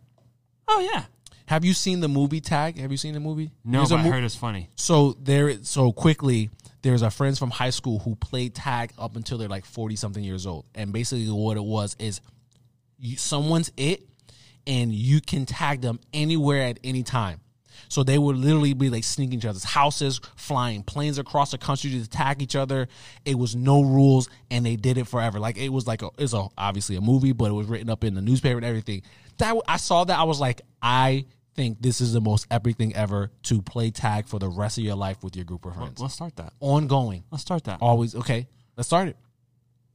B: Oh yeah.
A: Have you seen the movie Tag? Have you seen the movie?
B: No,
A: There's
B: but
A: a
B: I
A: mo-
B: heard it's funny.
A: so there. is- So quickly, there's our friends from high school who played tag up until they're like forty something years old, and basically what it was is, you, someone's it, and you can tag them anywhere at any time. So they would literally be like sneaking each other's houses, flying planes across the country to attack each other. It was no rules, and they did it forever. Like it was like a, it's a, obviously a movie, but it was written up in the newspaper and everything. That w- I saw that I was like, I think this is the most epic thing ever to play tag for the rest of your life with your group of friends,
B: Let's start that.
A: ongoing,
B: Let's start that.
A: always. Okay, let's start it.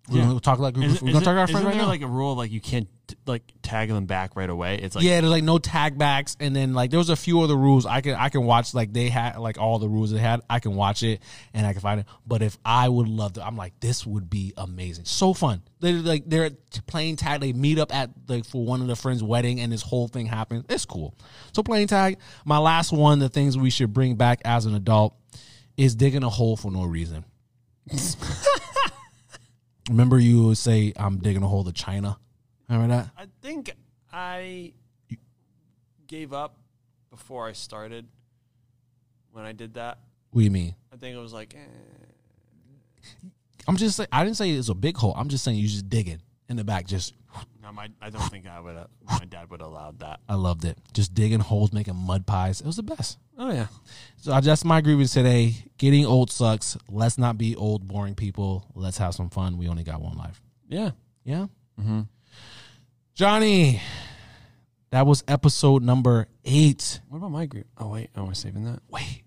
A: We're
B: Yeah.
A: gonna talk about group.
B: Is
A: Of,
B: it-
A: we're
B: is
A: gonna
B: it-
A: talk about our
B: isn't
A: friends right
B: there
A: now.
B: like a rule like you can't t- like tag them back right away? It's like
A: yeah, there's like no tag backs, and then like there was a few other rules I can I can watch. Like they had like all the rules they had, I can watch it and I can find it. But if I would love to, I'm like this would be amazing, so fun. They like they're t- playing tag. They meet up at like for one of the friends' wedding, and this whole thing happens. It's cool. So playing tag. My last one, the things we should bring back as an adult is digging a hole for no reason. Remember, you would say, "I'm digging a hole to China." Remember that?
C: I think I gave up before I started when I did that.
A: What do you mean?
C: I think it was like, eh.
A: I'm just saying, I didn't say it's a big hole. I'm just saying you just digging in the back. Just
B: no, my I don't think I would my dad would allowed that.
A: I loved it. Just digging holes, making mud pies. It was the best.
B: Oh yeah.
A: So I just my grievance today. Getting old sucks. Let's not be old, boring people. Let's have some fun. We only got one life.
B: Yeah.
A: Yeah. Mm-hmm. Johnny, that was episode number eight.
B: What about my group? Oh wait, oh we're saving that.
A: Wait,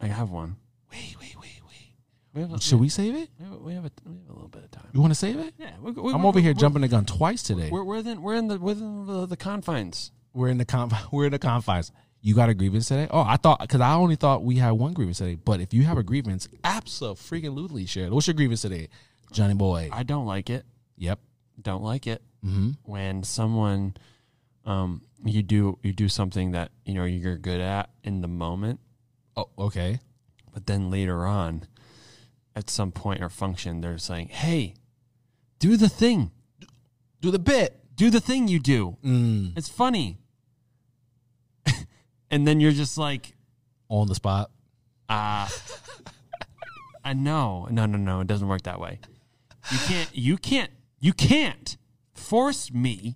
B: I have one.
A: wait, wait, wait, wait.
B: We have a,
A: Should we save it?
B: we have a, we have a, we have a little bit of time.
A: You want to save it?
B: Yeah, we're, we're,
A: I'm
B: we're-
A: over here
B: we're-
A: jumping the gun twice today.
B: We're we're in we're in the within the, the confines.
A: we're in the conf- we're in the confines. You got a grievance today? Oh, I thought because I only thought we had one grievance today. But if you have a grievance, freaking absolutely share it. What's your grievance today, Johnny boy?
B: I don't like it.
A: yep. Mm-hmm.
B: don't like it when someone um you do you do something that you know you're good at in the moment
A: Oh, okay.
B: but then later on at some point or function they're saying hey do the thing
A: Do the bit.
B: do the thing you do it's funny and then you're just like
A: On the spot.
B: ah i know no no no it doesn't work that way you can't you can't you can't force me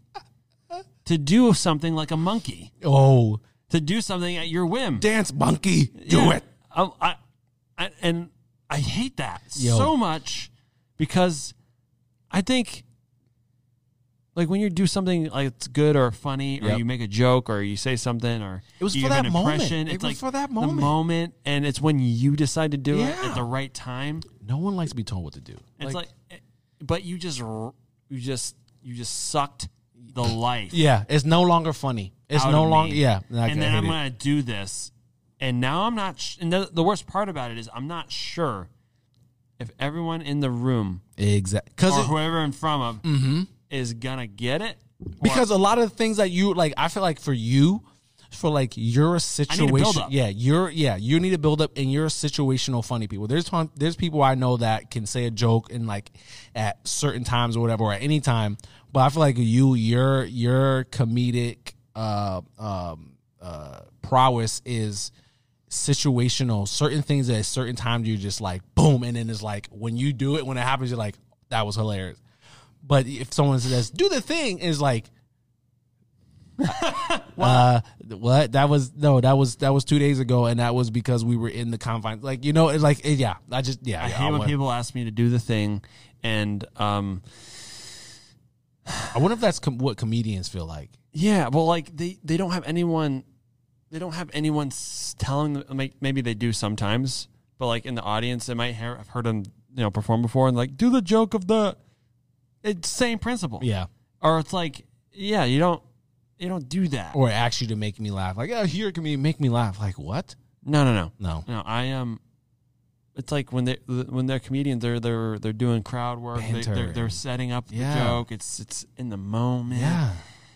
B: to do something like a monkey
A: Oh,
B: to do something at your whim.
A: dance monkey, do
B: Yeah.
A: it.
B: I, I, I, and I hate that
A: Yo.
B: so much because I think, like, when you do something like it's good or funny, or
A: Yep.
B: you make a joke, or you say something, or
A: It was
B: you
A: for
B: give an
A: that moment.
B: impression,
A: It
B: it's
A: was
B: like
A: for that
B: the
A: moment.
B: moment, and it's when you decide to do it
A: Yeah.
B: at the right time.
A: No one likes to be told what to do.
B: It's like, eh, but you just, r- you just, you just sucked the life
A: yeah, it's no longer funny. It's
B: out
A: no
B: of
A: longer
B: me.
A: yeah. I- I
B: and then
A: hate
B: I'm
A: it.
B: gonna do this, and now I'm not. Sh- and the, the worst part about it is I'm not sure if everyone in the room
A: exactly
B: or
A: because
B: whoever in front of
A: Mm-hmm.
B: is gonna get it.
A: because a lot of the things that you like i feel like for you for like your situation.
B: build-up.
A: Yeah, you're yeah, you need to build up and you're situational funny people. There's ton, there's people I know that can say a joke and like at certain times or whatever or at any time. But I feel like you your your comedic uh um uh prowess is situational certain things at certain times you just like boom and then it's like when you do it when it happens you're like that was hilarious but if someone says do the thing is like uh, what that was no that was that was two days ago and that was because we were in the confines like you know it's like it, yeah i just yeah
B: I
A: yeah,
B: hate when
A: wa-
B: people ask me to do the thing, and um,
A: I wonder if that's com- what comedians feel like
B: yeah, well, like they they don't have anyone, they don't have anyone s- telling them. Like maybe they do sometimes, but like in the audience, they might hear, have heard them you know perform before and like do the joke of the, it's same principle.
A: yeah
B: or it's like yeah, you don't you don't do that.
A: or ask you to make me laugh like oh here can make me laugh like what
B: no, no, no,
A: no
B: no. I Um, it's like when they when they're comedians, they're they're they're doing crowd work. They,
A: Banter.
B: they're they're setting up
A: Yeah.
B: the joke. It's it's in the moment.
A: yeah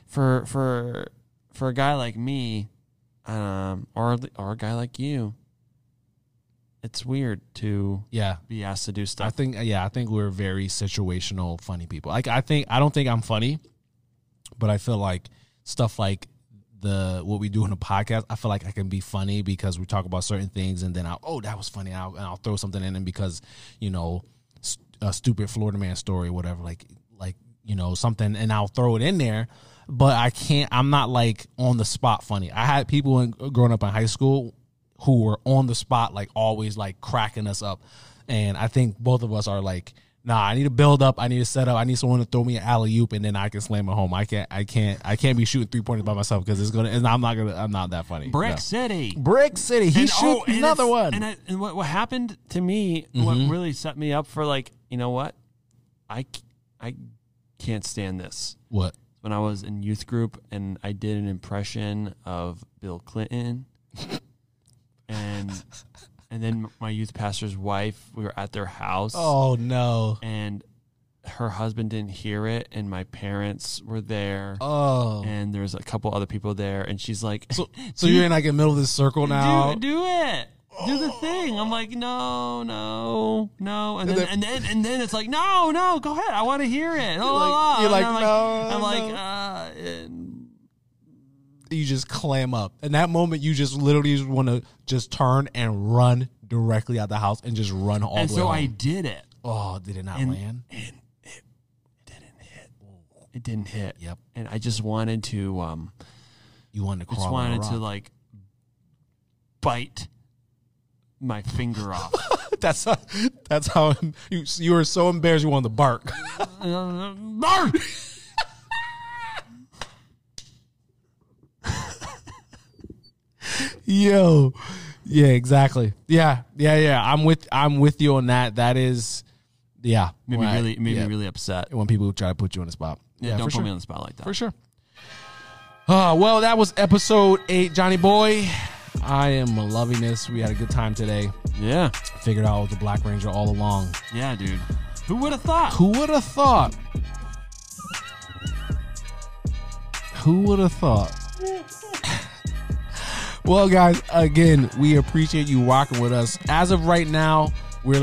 B: for for for a guy like me, um, or or a guy like you, it's weird to
A: yeah
B: be asked to do
A: I
B: stuff.
A: think yeah, I think we're very situational funny people. Like I think I don't think I'm funny, but I feel like stuff like the what we do in a podcast, I feel like I can be funny because we talk about certain things and then I'll oh that was funny and I'll, and I'll throw something in and because you know st- a stupid Florida man story or whatever like like you know something and I'll throw it in there. But I can't. I'm not like on the spot funny. I had people in, growing up in high school who were on the spot, like always like cracking us up. And I think both of us are like, nah, I need to build up, I need to set up, I need someone to throw me an alley oop, and then I can slam it home. I can't, I can't, I can't be shooting three pointers by myself because it's gonna. And I'm not gonna. I'm not that funny.
B: Brick
A: No.
B: City.
A: Brick City. He shoot
B: oh, and
A: another
B: it's-
A: one.
B: And, I, and what, what happened to me, what really set me up for like, you know what? I, c- I can't stand this.
A: what?
B: When I was in youth group and I did an impression of Bill Clinton and and then my youth pastor's wife, we were at their house.
A: Oh no.
B: and her husband didn't hear it and my parents were there
A: Oh.
B: and there's a couple other people there and she's like
A: So, so you're in like the middle of this circle now.
B: do, do it do the thing i'm like no no no and then
A: then-
B: and then and then it's like no no go ahead i want to hear it you're
A: like- you're like,
B: i'm
A: "No,
B: like
A: no."
B: uh and-
A: you just clam up. In that moment, you just literally just want to just turn and run directly out the house and just run all
B: and
A: the way.
B: so i
A: home.
B: did it
A: Oh, did it not
B: and,
A: land?
B: and it didn't hit it didn't hit
A: Yep.
B: and i just wanted to um
A: You wanted to crawl.
B: just
A: on a
B: wanted
A: rock.
B: to like bite my finger off.
A: That's how, that's how you you were so embarrassed you wanted to bark.
B: Mark!
A: Yo, yeah, exactly. Yeah, yeah, yeah. I'm with I'm with you on that. That is, yeah.
B: Made me
A: When I-
B: really, made
A: yeah.
B: me really upset.
A: when people try to put you on the spot.
B: Yeah, don't
A: for
B: put
A: sure.
B: me on the spot like that.
A: for sure. Uh, well, that was episode eight, Johnny Boy. I am loving this. We had a good time today.
B: Yeah,
A: Figured out it was the Black Ranger all along.
B: yeah, dude. Who would have thought?
A: Who would have thought? Who would have thought? well, guys, again, we appreciate you rocking with us. As of right now, we're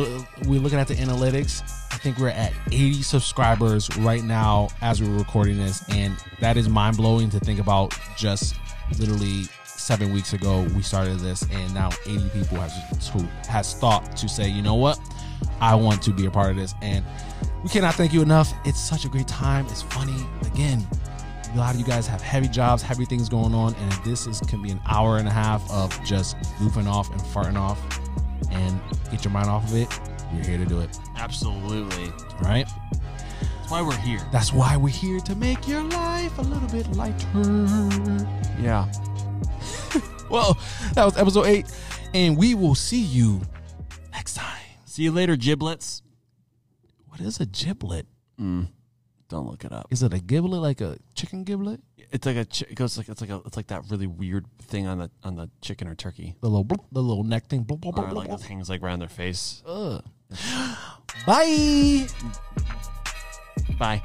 A: we're looking at the analytics. I think we're at 80 subscribers right now as we're recording this, and that is mind blowing to think about. Just literally seven weeks ago, we started this, and now 80 people has who has thought to say, you know what? I want to be a part of this. And we cannot thank you enough. It's such a great time. It's funny. Again, a lot of you guys have heavy jobs, heavy things going on, and this is can be an hour and a half of just goofing off and farting off and get your mind off of it. You're here to do it.
B: Absolutely.
A: all right?
B: That's why we're here.
A: That's why we're here to make your life a little bit lighter.
B: Yeah.
A: Well, that was episode eight, and we will see you next time.
B: See you later, giblets.
A: What is a giblet?
B: Don't look it up.
A: Is it a giblet like a chicken giblet?
B: It's like a. chi- It goes like it's like a. It's like that really weird thing on the on the chicken or turkey.
A: The little bloop, the little neck thing. Bloop, bloop, bloop,
B: Or like
A: bloop,
B: it hangs like around their face.
A: bloop. Bye.
B: Bye.